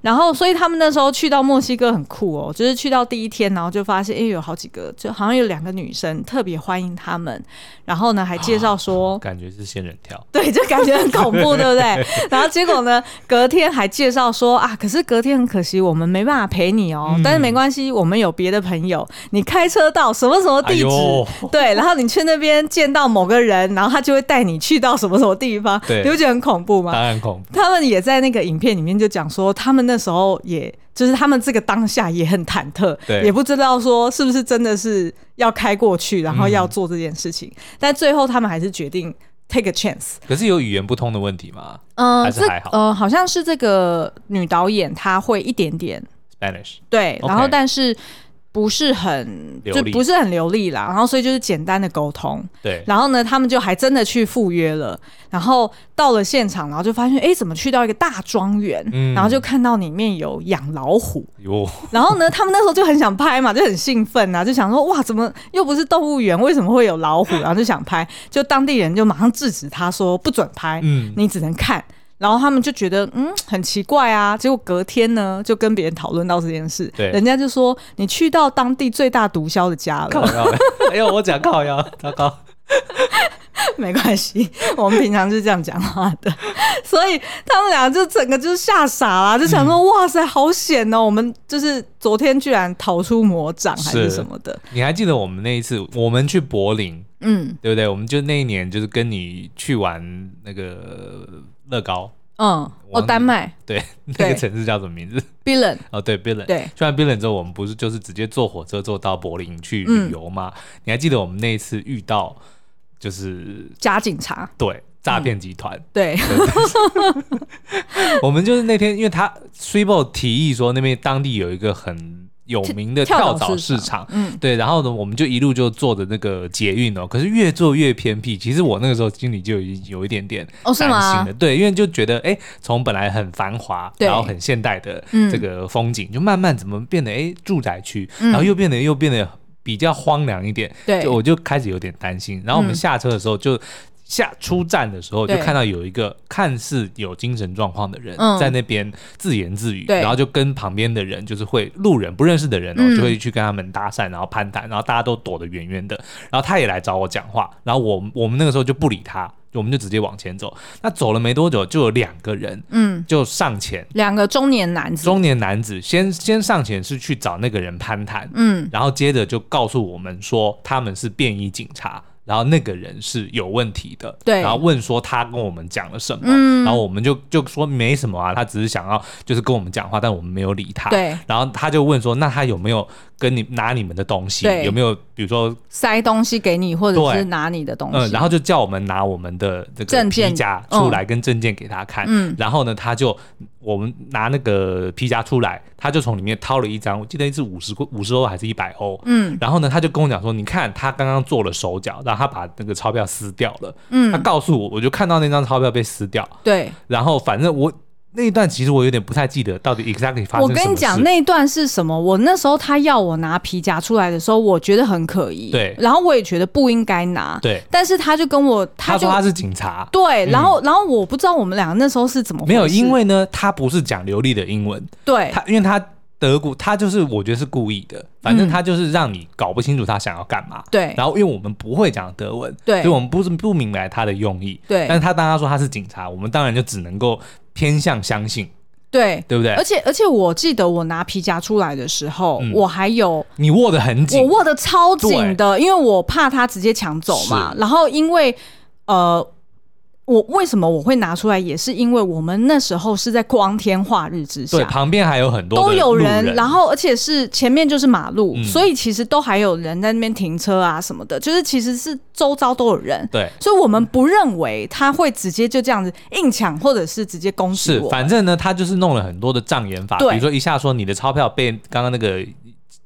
S1: 然后，所以他们那时候去到墨西哥很酷哦，就是去到第一天，然后就发现，哎，有好几个，就好像有两个女生特别欢迎他们，然后呢还介绍说。
S2: 感觉是仙人跳。
S1: 对，就感觉很恐怖，对不 对？然后结果呢，隔天还介绍说啊，可是隔天很可惜，我们没办法陪你哦，
S2: 嗯
S1: 但是没关系，我们有别的朋友，你开车到什么什么
S2: 哎
S1: 地址，
S2: 呦，
S1: 对，然后你去那边见到某个人，然后他就会带你去到什么什么地方，
S2: 对
S1: 你会觉得很恐怖吗
S2: 当？然恐怖。
S1: 他们也在那个影片里面就讲说，他们那时候也就是他们这个当下也很忐忑，
S2: 对
S1: 也不知道说是不是真的是要开过去，然后
S2: 嗯
S1: 要做这件事情。但最后他们还是决定 take a chance。
S2: 可是有语言不通的问题吗
S1: 嗯、
S2: 还是
S1: 这
S2: 还好
S1: 呃，好像是这个女导演她会一点点
S2: ？Spanish
S1: 对，
S2: OK
S1: 然后但是不是很
S2: 流
S1: 就
S2: 利
S1: 不是很流利啦，然后所以就是简单的沟通。
S2: 对，
S1: 然后呢，他们就还真的去赴约了。然后到了现场，然后就发现，哎，怎么去到一个大庄园？
S2: 嗯
S1: 然后就看到里面有养老虎。
S2: 哟，
S1: 然后呢，他们那时候就很想拍嘛，就很兴奋啊，就想说，哇，怎么又不是动物园，为什么会有老虎？然后就想拍，就当地人就马上制止他说，不准拍，
S2: 嗯，
S1: 你只能看。然后他们就觉得嗯很奇怪啊，结果隔天呢就跟别人讨论到这件事，
S2: 对
S1: 人家就说你去到当地最大毒枭的家了
S2: 靠，腰了。哎呦，我讲靠腰，糟糕。
S1: 没关系，我们平常是这样讲话的， 所以他们俩就整个就是吓傻
S2: 嗯
S1: 啦，就想说、哇塞，好险哦！我们就是昨天居然逃出魔掌还是
S2: 是
S1: 什么的，
S2: 你还记得我们那一次，我们去柏林，
S1: 嗯
S2: 对不对？我们就那一年就是跟你去玩那个乐高。
S1: 嗯嗯，
S2: 我
S1: 哦，丹麦
S2: 对 那个
S1: 对
S2: 城市叫什么 名字？
S1: b i l l e n
S2: 哦，对 b i l l e n
S1: 对，
S2: 去完 b i l l e n 之后，我们不是就是直接坐火车坐到柏林去旅游吗？
S1: 嗯
S2: 你还记得我们那一次遇到就是
S1: 假警察，
S2: 对诈
S1: 嗯
S2: 骗集团？
S1: 对，
S2: 我们就是那天，因为他 s i b o 提议说那边当地有一个很有名的
S1: 跳
S2: 跳
S1: 蚤
S2: 蚤
S1: 市
S2: 市
S1: 场
S2: 场，
S1: 嗯
S2: 对，然后呢，我们就一路就坐着那个捷运哦，可是越坐越偏僻。其实我那个时候心里就已经有一点点
S1: 哦是吗
S2: 担心了，对，因为就觉得哎，从本来很繁华，
S1: 对
S2: 然后很现代的
S1: 嗯
S2: 这个风景，就慢慢怎么变得哎住宅区，然后又变得又变得比较荒凉一点，
S1: 对
S2: 就我就开始有点担心。然后我
S1: 嗯
S2: 们下车的时候就。下出站的时候，就
S1: 对
S2: 看到有一个看似有精神状况的人
S1: 嗯
S2: 在那边自言自语，
S1: 对
S2: 然后就跟旁边的人，就是会路人不认识的人哦，
S1: 嗯
S2: 就会去跟他们搭讪，然后攀谈，然后大家都躲得远远的。然后他也来找我讲话，然后我我们那个时候就不理他，我们就直接往前走。那走了没多久，就有两个人
S1: 嗯，
S2: 就上前，
S1: 两个中年男子，
S2: 中年男子先先上前是去找那个人攀谈，
S1: 嗯，
S2: 然后接着就告诉我们说他们是便衣警察，然后那个人是有问题的，
S1: 对
S2: 然后问说他跟我们讲了什么，
S1: 嗯
S2: 然后我们就就说没什么啊，他只是想要就是跟我们讲话，但我们没有理他，
S1: 对，
S2: 然后他就问说那他有没有跟你拿你们的东西，
S1: 对
S2: 有没有比如说
S1: 塞东西给你，或者
S2: 对
S1: 是拿你的东
S2: 嗯，
S1: 西，
S2: 然后就叫我们拿我们的这个
S1: 证件
S2: 皮夹出来跟证件给他看，
S1: 嗯
S2: 然后呢，他就我们拿那个皮夹出来，他就从里面掏了一张，我记得是五十五十欧还是一百欧，
S1: 嗯
S2: 然后呢，他就跟我讲说，你看他刚刚做了手脚，然后他把那个钞票撕掉了，他
S1: 嗯，
S2: 告诉我，我就看到那张钞票被撕掉，
S1: 对，
S2: 然后反正我那一段其实我有点不太记得到底 exactly 发生
S1: 我
S2: 什么事，
S1: 跟你讲那一段是什么？我那时候他要我拿皮夹出来的时候，我觉得很可疑，
S2: 对
S1: 然后我也觉得不应该拿，
S2: 对，
S1: 但是他就跟我，
S2: 他
S1: 就
S2: 说他是警察。
S1: 对，然后然后我不知道我们两个那时候是哎怎么回事
S2: 没有，因为呢，他不是讲流利的英文，
S1: 对
S2: 他因为他德国，他就是我觉得是故意的，反正
S1: 嗯
S2: 他就是让你搞不清楚他想要干嘛。
S1: 对
S2: 然后因为我们不会讲德文，
S1: 对
S2: 所以我们不是不明白他的用意。
S1: 对
S2: 但是他当他说他是警察，我们当然就只能够偏向相信，
S1: 对。
S2: 对不对
S1: 而？且而且，我记得我拿皮夹出来的时候，
S2: 嗯
S1: 我还有
S2: 你握得很
S1: 我
S2: 紧，
S1: 握的超紧的，因为我怕他直接抢走嘛。
S2: 是
S1: 然后因为呃，我为什么我会拿出来，也是因为我们那时候是在光天化日之
S2: 对，
S1: 下。
S2: 旁边还有很多的
S1: 都有
S2: 路
S1: 人，然后而且是前面就是马路，
S2: 嗯
S1: 所以其实都还有人在那边停车啊什么的，就是其实是周遭都有人，
S2: 对。
S1: 所以我们不认为他会直接就这样子硬抢，或者是直接攻击
S2: 是，
S1: 我。
S2: 反正呢，他就是弄了很多的障眼法，比
S1: 对
S2: 如说一下说你的钞票被刚刚那个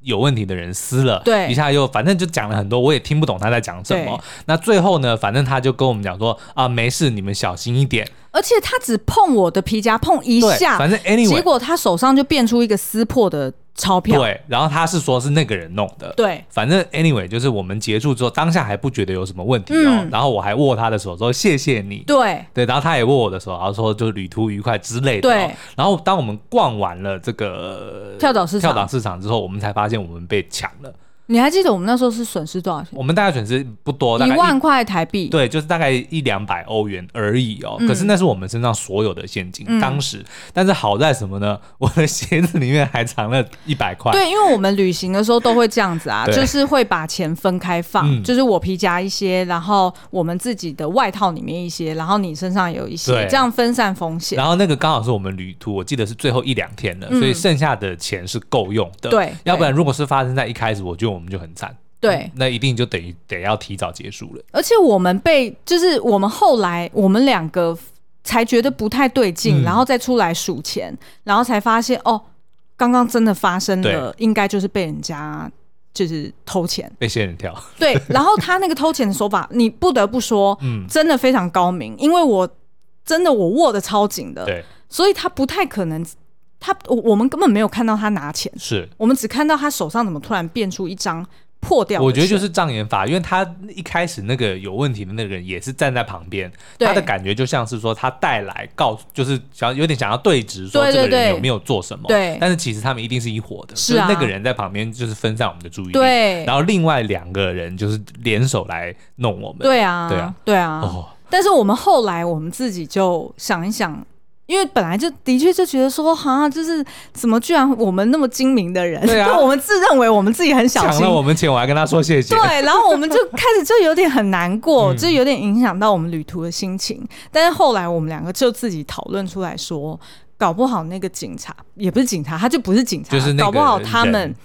S2: 有问题的人撕了，
S1: 对
S2: 一下又反正就讲了很多，我也听不懂他在讲什么。那最后呢，反正他就跟我们讲说啊，没事，你们小心一点。
S1: 而且他只碰我的皮夹，碰一
S2: 对，
S1: 下，
S2: 反正
S1: 结
S2: anyway，
S1: 果他手上就变出一个撕破的钞票。
S2: 对，然后他是说是那个人弄的。
S1: 对
S2: 反正 anyway，就是我们结束之后，当下还不觉得有什么问题哦。
S1: 嗯
S2: 然后我还握他的手说谢谢你，
S1: 对
S2: 对，然后他也握我的手，然后说就旅途愉快之类的、哦
S1: 对。
S2: 然后当我们逛完了这个
S1: 跳蚤市场
S2: 跳蚤市场之后，我们才发现我们被抢了。
S1: 你还记得我们那时候是损失多少钱？
S2: 我们大概损失不哦多，大概
S1: 一万块台币。
S2: 对，就是大概一两百欧元而已哦。可是那是我们身上所有的现金，
S1: 嗯
S2: 当时。但是好在什么呢？我的鞋子里面还藏了一百块。
S1: 对，因为我们旅行的时候都会这样子啊，
S2: 对
S1: 就是会把钱分开放，
S2: 嗯
S1: 就是我皮夹一些，然后我们自己的外套里面一些，然后你身上有一些
S2: 对，
S1: 这样分散风险。
S2: 然后那个刚好是我们旅途，我记得是最后一两天了，
S1: 嗯
S2: 所以剩下的钱是够用的。
S1: 对
S2: 要不然如果是发生在一开始，我觉得我们就很惨。
S1: 对，
S2: 那一定就等于得要提早结束了。
S1: 而且我们被，就是我们后来我们两个才觉得不太对劲，
S2: 嗯
S1: 然后再出来数钱，然后才发现哦，刚刚真的发生了，应该就是被人家就是偷钱。
S2: 被仙人跳，
S1: 对，然后他那个偷钱的手 法，你不得不说，
S2: 嗯，
S1: 真的非常高明，因为我真的我握的超紧的，
S2: 对，
S1: 所以他不太可能，他我我们根本没有看到他拿钱，
S2: 是。
S1: 我们只看到他手上怎么突然变出一张破掉的钱。
S2: 我觉得就是障眼法，因为他一开始那个有问题的那个人也是站在旁边，
S1: 对
S2: 他的感觉就像是说他带来告诉，就是想有点想要对质说
S1: 对
S2: 这个
S1: 对对
S2: 人有没有做什么，
S1: 对
S2: 但是其实他们一定是一伙的，
S1: 是啊
S2: 就是那个人在旁边就是分散我们的注意力，
S1: 对
S2: 然后另外两个人就是联手来弄我们，
S1: 对啊，
S2: 对啊
S1: 对啊
S2: 哦，
S1: 但是我们后来我们自己就想一想，因为本来就的确就觉得说，哈，就是怎么居然我们那么精明的人，
S2: 对 啊
S1: 我们自认为我们自己很小
S2: 抢
S1: 心
S2: 了，我们钱，我还跟他说谢谢。
S1: 对，然后我们就开始就有点很难 过，
S2: 嗯
S1: 就有点影响到我们旅途的心情。但是后来我们两个就自己讨论出来说，搞不好那个警察也不是警察，他就不是警察，
S2: 就是那个
S1: 搞不好他们
S2: 人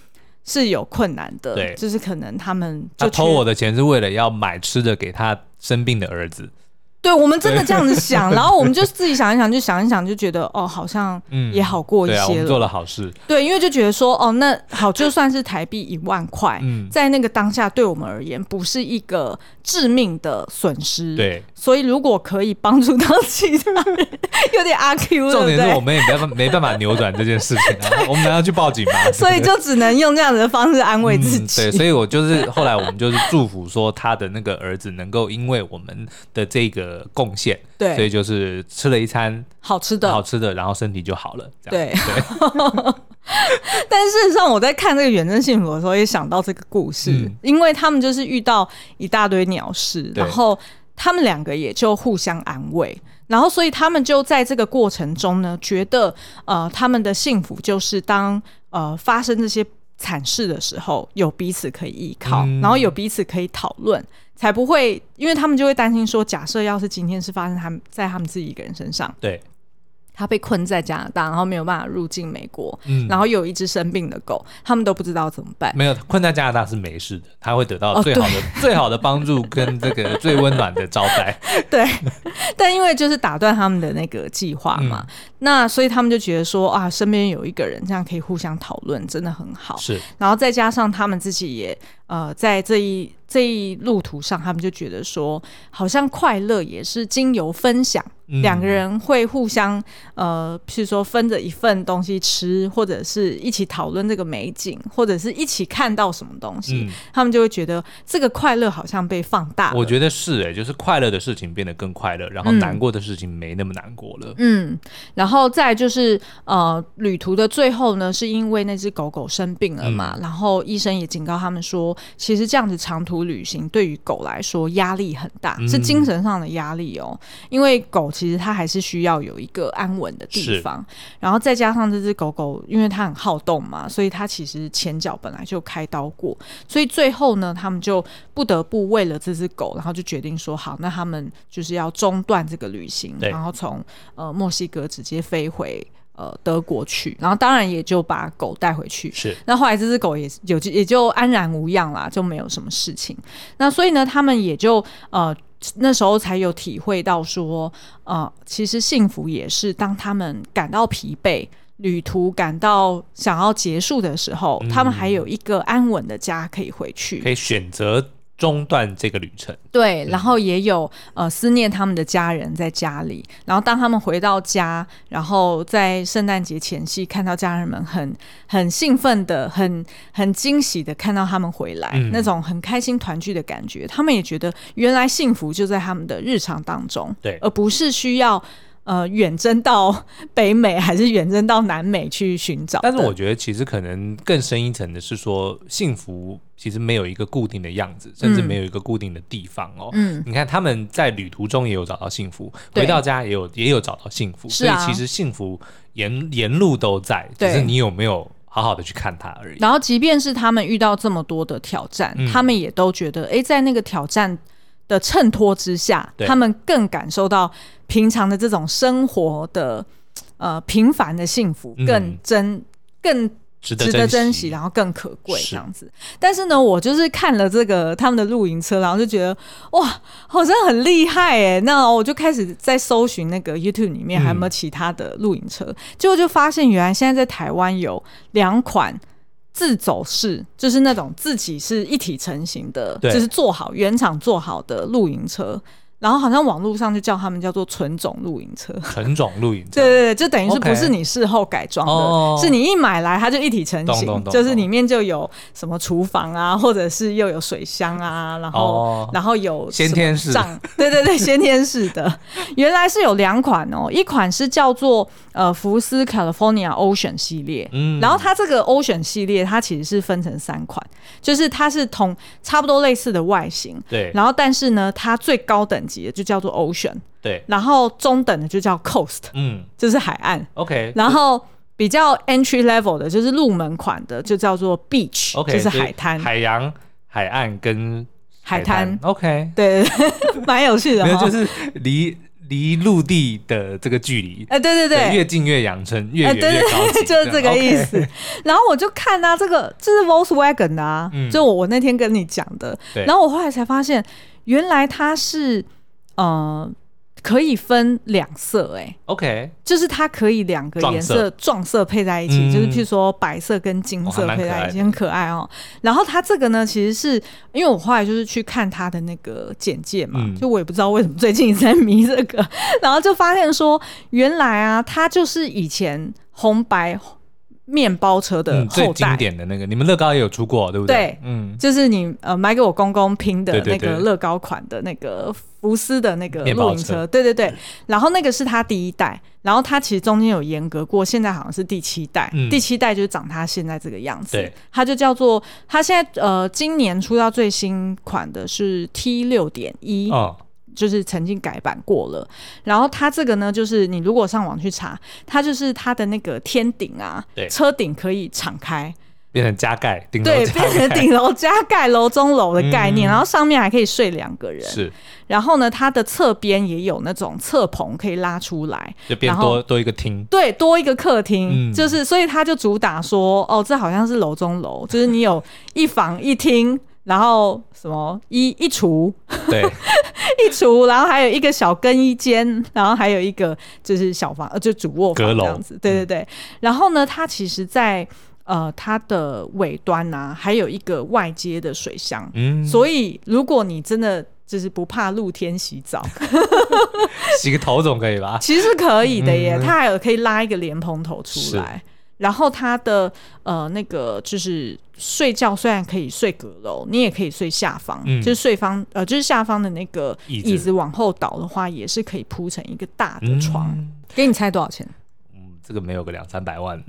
S1: 是有困难的
S2: 对，
S1: 就是可能他们就
S2: 他偷我
S1: 的。
S2: 的钱是为了要买吃的给他生病的儿子。
S1: 对，我们真的这样子 想，然后我们就自己想一想，就想一想，就觉得哦，好像
S2: 嗯
S1: 也好过一
S2: 对啊，我
S1: 些
S2: 们
S1: 了。
S2: 做了好事。
S1: 对，因为就觉得说哦，那好，就算是台币一万块，
S2: 嗯，
S1: 在那个当下对我们而言不是一个致命的损失。。
S2: 对。
S1: 所以如果可以帮助到其他人，有点阿 Q，
S2: 重
S1: 对
S2: 点
S1: 不
S2: 是
S1: 对
S2: 我们也没办法没办法扭转这件 事情啊，我们难道去报警吗？
S1: 所以就只能用这样子的方式安慰自
S2: 嗯，对，
S1: 己。
S2: 所以我就是后来我们就是祝福说他的那个儿子能够因为我们的这个贡献，
S1: 对
S2: 所以就是吃了一餐
S1: 好吃
S2: 好
S1: 的，
S2: 吃的，然后身体就好了。这样
S1: 对。 但事实上，我在看这个《远征幸福》的时候，也想到这个故事，
S2: 嗯
S1: 因为他们就是遇到一大堆鸟事，
S2: 对
S1: 然后他们两个也就互相安慰。然后，所以他们就在这个过程中呢，觉得呃，他们的幸福就是当呃发生这些惨事的时候，有彼此可以依靠，
S2: 嗯
S1: 然后有彼此可以讨论，才不会，因为他们就会担心说，假设要是今天是发生他们在他们自己一个人身上，
S2: 对，
S1: 他被困在加拿大，然后没有办法入境美国，
S2: 嗯，
S1: 然后有一只生病的狗，他们都不知道怎么办。
S2: 没有困在加拿大是没事的，他会得到
S1: 哦
S2: 最好的、最好的帮助跟这个最温暖的招 待。
S1: 对，但因为就是打断他们的那个计划嘛，
S2: 嗯
S1: 那所以他们就觉得说啊，身边有一个人这样可以互相讨论，真的很好。
S2: 是，
S1: 然后再加上他们自己也呃，在这一这一路途上，他们就觉得说，好像快乐也是经由分享，
S2: 嗯
S1: 两个人会互相呃，譬如说分着一份东西吃，或者是一起讨论这个美景，或者是一起看到什么东西，
S2: 嗯
S1: 他们就会觉得这个快乐好像被放大了。
S2: 我觉得是诶、就是快乐的事情变得更快乐，然后
S1: 嗯
S2: 难过的事情没那么难过了。
S1: 嗯，然后再就是呃，旅途的最后呢，是因为那只狗狗生病了嘛，
S2: 嗯
S1: 然后医生也警告他们说，其实这样子长途旅行对于狗来说压力很大，
S2: 嗯
S1: 是精神上的压力哦，因为狗其实它还是需要有一个安稳的地
S2: 是
S1: 方，然后再加上这只狗狗，因为它很好动嘛，所以它其实前脚本来就开刀过，所以最后呢，他们就不得不为了这只狗，然后就决定说好，那他们就是要中断这个旅行，
S2: 对
S1: 然后从呃墨西哥直接飞回呃德国去，然后当然也就把狗带回去。
S2: 是，
S1: 那后来这只狗也有也就安然无恙啦，就没有什么事情。那所以呢，他们也就呃那时候才有体会到说，呃，其实幸福也是当他们感到疲惫。旅途感到想要结束的时候，
S2: 嗯
S1: 他们还有一个安稳的家可以回去。
S2: 可以选择中断这个旅程。
S1: 对，
S2: 嗯
S1: 然后也有呃思念他们的家人在家里，然后当他们回到家，然后在圣诞节前夕看到家人们很很兴奋的、很很惊喜的看到他们回来，
S2: 嗯
S1: 那种很开心团聚的感觉，他们也觉得原来幸福就在他们的日常当中，
S2: 对
S1: 而不是需要。呃，远征到 北美还是远征到南美去寻找的？
S2: 但是我觉得其实可能更深一层的是说，幸福其实没有一个固定的样子，甚至
S1: 嗯
S2: 没有一个固定的地方哦。
S1: 嗯，
S2: 你看他们在旅途中也有找到幸福，
S1: 对
S2: 回到家也有也有找到幸福，
S1: 是
S2: 所以
S1: 啊
S2: 其实幸福沿沿路都在，只
S1: 对
S2: 是你有没有好好的去看它而已。
S1: 然后，即便是他们遇到这么多的挑战，
S2: 嗯
S1: 他们也都觉得，诶，在那个挑战的衬托之下，
S2: 对
S1: 他们更感受到平常的这种生活的呃平凡的幸福
S2: 嗯
S1: 更珍、更
S2: 值得
S1: 值得珍
S2: 珍
S1: 惜，然后更可贵
S2: 是
S1: 这样子。但是呢，我就是看了这个他们的露营车，然后就觉得哇，好像很厉害哎。那我就开始在搜寻那个 YouTube 里面
S2: 嗯
S1: 还有没有其他的露营车，结果就发现原来现在在台湾有两款。自走式就是那种自己是一体成型的，
S2: 对
S1: 就是做好原厂做好的露营车，然后好像网络上就叫他们叫做纯种露营车，
S2: 纯种露营
S1: 对
S2: 车，
S1: 对对，就等于是
S2: OK
S1: 不是你事后改装的
S2: 哦
S1: 是你一买来它就一体成
S2: 懂
S1: 型
S2: 懂，懂
S1: 就是里面就有什么厨房啊，或者是又有水箱啊，然后、
S2: 哦
S1: 然后有
S2: 先天式
S1: 什么帐，对对对，先天式的，原来是有两款哦，一款是叫做呃福斯 California Ocean 系列，嗯，然后它这个 Ocean 系列它其实是分成三款，就是它是同差不多类似的外形，
S2: 对
S1: 然后但是呢，它最高等级的就叫做 Ocean，
S2: 对，
S1: 然后中等的就叫 Coast，
S2: 嗯
S1: 就是海岸，
S2: ，OK，
S1: 然后。比较 entry level 的，就是入门款的，就叫做 beach，
S2: OK，
S1: 就是
S2: 所以
S1: 海滩，
S2: 海洋、海岸跟
S1: 海滩，
S2: ，OK，
S1: 对，对对 蛮有趣的
S2: 没有
S1: 哈
S2: 就。是离离陆地的这个距离。
S1: 哎，对对对，
S2: 越近越养成，越
S1: 哎
S2: 远
S1: 对
S2: 越高级，
S1: 就是这个意
S2: OK
S1: 思。然后我就看啊，这个这是 Volkswagen 的啊，
S2: 嗯
S1: 就我我那天跟你讲的。
S2: 对
S1: 然后我后来才发现，原来它是呃可以分两色、哎，
S2: OK，
S1: 就是它可以两个颜色撞色配在一起，
S2: 嗯
S1: 就是譬如说白色跟金色
S2: 哦还蛮
S1: 配在一起，
S2: 可爱的
S1: 很可爱哦。然后它这个呢，其实是因为我后来就是去看它的那个简介嘛，
S2: 嗯
S1: 就我也不知道为什么最近一直在迷这个， 然后就发现说，原来啊，它就是以前红白面包车的
S2: 嗯，最
S1: 后代。
S2: 经典的那个，你们乐高也有出过，对不
S1: 对
S2: 嗯，
S1: 就是你呃买给我公公拼的
S2: 对
S1: 那
S2: 对
S1: 个
S2: 对
S1: 乐高款的那个福斯的那个
S2: 面
S1: 露
S2: 包
S1: 营
S2: 车
S1: 车，对对对。然后那个是他第一代，然后他其实中间有严格过，现在好像是第七代，
S2: 嗯
S1: 第七代就是长他现在这个样子
S2: 对。
S1: 它就叫做它现在呃今年出到最新款的是 T 六点一，
S2: 哦，
S1: 就是曾经改版过了。然后它这个呢，就是你如果上网去查，它就是它的那个天顶啊
S2: 对，
S1: 车顶可以敞开。
S2: 变成加盖，顶楼
S1: 对，
S2: 加
S1: 变成
S2: 盖
S1: 顶楼加盖楼中楼的概念，
S2: 嗯
S1: 然后上面还可以睡两个人。
S2: 是，
S1: 然后呢，它的侧边也有那种侧棚可以拉出来，
S2: 就变
S1: 然后
S2: 多多一个厅，
S1: 对，多一个客厅，
S2: 嗯
S1: 就是所以它就主打说，哦，这好像是楼中楼，就是你有一房一厅。然后什么一一厨
S2: 对，
S1: 一厨，然后还有一个小更衣间，然后还有一个就是小房，呃，就主卧
S2: 阁
S1: 房
S2: 楼嗯
S1: 这样子。对对对。然后呢，它其实在呃它的尾端呐、还有一个外接的水箱，
S2: 嗯，
S1: 所以，如果你真的就是不怕露天洗澡，
S2: 洗个头总可以吧？
S1: 其实可以的耶。
S2: 嗯
S1: 它还有可以拉一个莲蓬头出来，然后它的呃那个就是睡觉虽然可以睡阁楼，你也可以睡下方，
S2: 嗯
S1: 就是睡方呃就是下方的那个
S2: 椅子
S1: 椅子往后倒的话，也是可以铺成一个大的
S2: 嗯
S1: 床。，给你猜多少钱？
S2: 嗯，这个没有个两三百万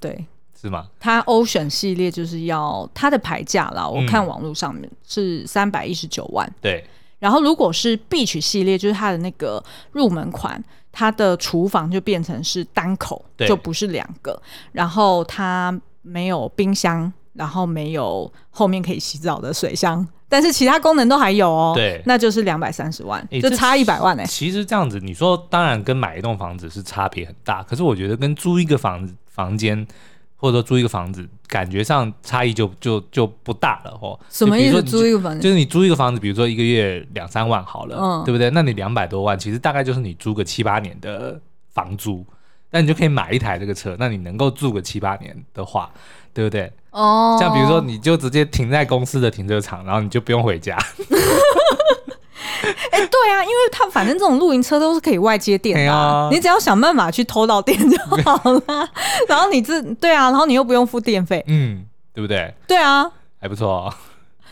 S1: 对。
S2: 是吗？
S1: 它 Ocean 系列就是要它的牌价啦，我
S2: 嗯
S1: 看网络上面是三百一十九万，
S2: 对，
S1: 然后如果是 Beach 系列，就是它的那个入门款，它的厨房就变成是单口，
S2: 对
S1: 就不是两个。然后它没有冰箱，然后没有后面可以洗澡的水箱，但是其他功能都还有哦。
S2: 对
S1: 那就是两百三十万，
S2: 诶
S1: 就
S2: 这
S1: 差一百万哎、
S2: 其实这样子，你说当然跟买一栋房子是差别很大，可是我觉得跟租一个房子房间。或者说租一个房子，感觉上差异就就就不大了哦。
S1: 什么意思？
S2: 就比如说你
S1: 租一个房
S2: 就
S1: 间？
S2: 是你租一个房子，比如说一个月两三万好了，
S1: 嗯
S2: 对不对？那你两百多万，其实大概就是你租个七八年的房租，那你就可以买一台这个车。那你能够住个七八年的话，对不对？
S1: 哦，
S2: 像比如说，你就直接停在公司的停车场，然后你就不用回家。
S1: 哎、对啊，因为它反正这种露营车都是可以外接 电的、
S2: 哎呀
S1: 你只要想办法去偷到电就好了。 然后你这对啊，然后你又不用付电费，
S2: 嗯，对不对？
S1: 对啊，
S2: 还不错哦。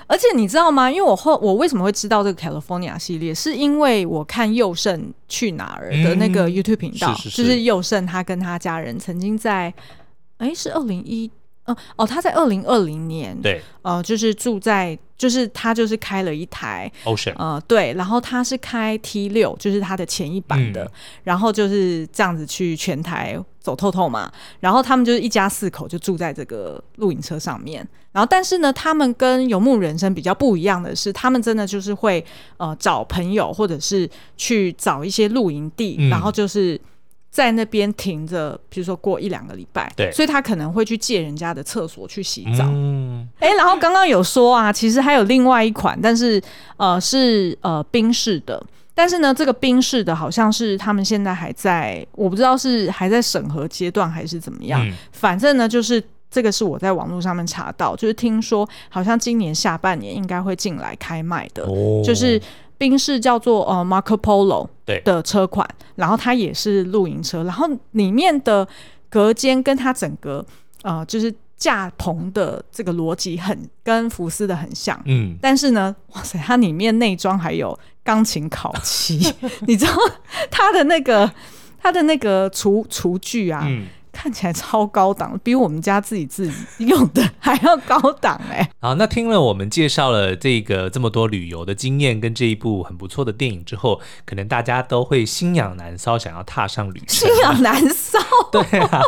S1: 而且你知道吗？因为我后我为什么会知道这个 California 系列，是因为我看佑胜去哪儿的那个
S2: 嗯
S1: YouTube 频道，
S2: 是是是
S1: 就是佑胜他跟他家人曾经在，哎、是二零一。哦哦，他在二零二零年，
S2: 对
S1: 呃，就是住在，就是他就是开了一台，
S2: ，Ocean，
S1: 呃，对，然后他是开 T 六，就是他的前一版的，
S2: 嗯
S1: 然后就是这样子去全台走透透嘛。然后他们就是一家四口就住在这个露营车上面。然后但是呢，他们跟游牧人生比较不一样的是，他们真的就是会呃找朋友或者是去找一些露营地，
S2: 嗯
S1: 然后就是。在那边停着，比如说过一两个礼拜，
S2: 对
S1: 所以他可能会去借人家的厕所去洗澡，
S2: 嗯，
S1: 哎、然后刚刚有说啊，其实还有另外一款，但是呃是呃冰室的，但是呢，这个冰室的好像是他们现在还在，我不知道是还在审核阶段还是怎么样，
S2: 嗯
S1: 反正呢就是。这个是我在网络上面查到，就是听说好像今年下半年应该会进来开卖的，
S2: 哦
S1: 就是宾士叫做呃 Marco Polo
S2: 对
S1: 的车款，然后它也是露营车，然后里面的隔间跟它整个呃就是架棚的这个逻辑很跟福斯的很像。
S2: 嗯，
S1: 但是呢，哇塞，它 里面内装还有钢琴烤漆，你知道它的那个它的那个厨厨具啊，
S2: 嗯，
S1: 看起来超高档，比我们家自己自己用的还要高档哎、
S2: 好，那听了我们介绍了这个这么多旅游的经验跟这一部很不错的电影之后，可能大家都会心痒难搔，想要踏上旅
S1: 心。
S2: 程
S1: 痒啊难搔。
S2: 对啊，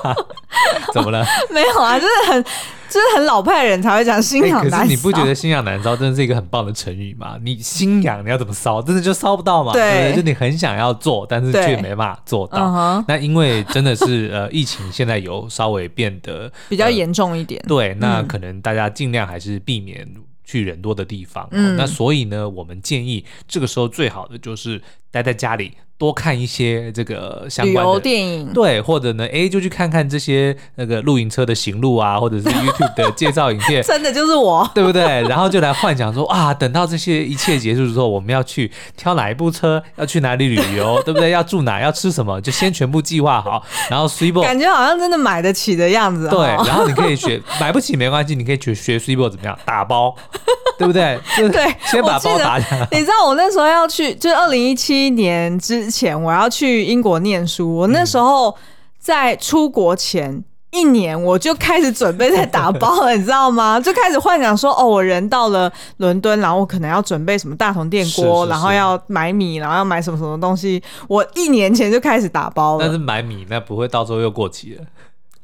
S2: 怎么了？
S1: 没有啊，就是很就是很老派的人才会讲心痒
S2: 哎可
S1: 难搔、
S2: 是你不觉得心痒难搔真的是一个很棒的成语吗？你心痒，你要怎么搔？真的就搔不到嘛？
S1: 对
S2: 不就你很想要做，但是
S1: 对
S2: 却没办法做
S1: 嗯
S2: 到。
S1: 哼，
S2: 那因为真的是呃，疫情现在有稍微变得
S1: 比较
S2: 呃
S1: 严重一点。
S2: 对，那
S1: 嗯
S2: 可能大家尽量还是避免去人多的地方、哦
S1: 嗯
S2: 那所以呢，我们建议这个时候最好的就是待在家里，多看一些这个相
S1: 旅
S2: 关
S1: 游
S2: 的。
S1: 电影，，
S2: 对，或者呢，诶，就去看看这些那个露营车的行路啊，或者是 YouTube 的介绍影 片
S1: 真的就是我。
S2: 对不对？然后就来幻想说啊，等到这些一切结束之后，我们要去挑哪一部车，要去哪里旅游，对不对？要住哪，要吃什么，就先全部计划好，然后 s u p e
S1: 感觉好像真的买得起的样子、哦。
S2: 对，然后你可 以学，买不起没关系，你可以学学 s i b o 怎么样打包， 对不对？就是
S1: 对
S2: 先把
S1: 我记
S2: 包
S1: 得
S2: 打下来。
S1: 你知道我那时候要去，就是二零一七年之前，我要去英国念书。我那时候在出国前一年，我就开始准备在打包了，你 知道吗？就开始幻想说，哦，我人到了伦敦，然后我可能要准备什么大同电锅，
S2: 是是是
S1: 然后要买米，然后要买什么什么东西。我一年前就开始打包
S2: 但
S1: 了。
S2: 是买米那不会到时候又过期了，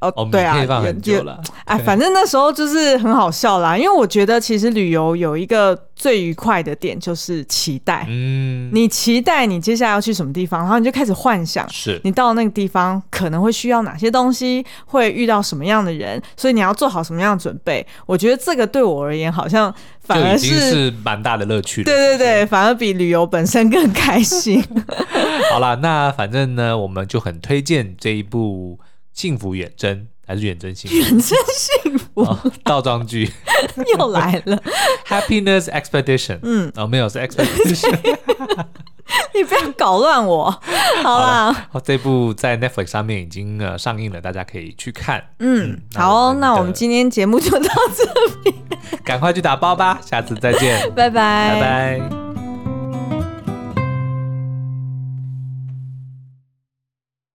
S2: 哦，
S1: 哦
S2: 米
S1: 对啊，
S2: 可以放很
S1: 也
S2: 久了。
S1: 哎，
S2: 对
S1: 反正那时候就是很好笑啦，因为我觉得其实旅游有一个最愉快的点就是期待，
S2: 嗯，
S1: 你期待你接下来要去什么地方，然后你就开始幻想。
S2: 是
S1: 你到那个地方可能会需要哪些东西，会遇到什么样的人，所以你要做好什么样的准备。我觉得这个对我而言好像反
S2: 就
S1: 而
S2: 已经是蛮大的乐趣了。
S1: 对对对，反而比旅游本身更开 心。
S2: 好啦，那反正呢，我们就很推荐这一部《幸福远征》还是《远征幸福》
S1: 真幸福
S2: 哦倒 装句
S1: 又来了，
S2: Happiness Expedition。
S1: 嗯，
S2: 哦，没有是 Expedition。
S1: 你不要搞乱我，好啦。
S2: 哦，这部在 Netflix 上面已经呃上映了，大家可以去看。
S1: 嗯，
S2: 那
S1: 好
S2: 我
S1: 哦，
S2: 们
S1: 那我
S2: 的
S1: 们今天节目就到这，
S2: 赶快去打包吧，下次再见，
S1: 拜拜，
S2: 拜拜。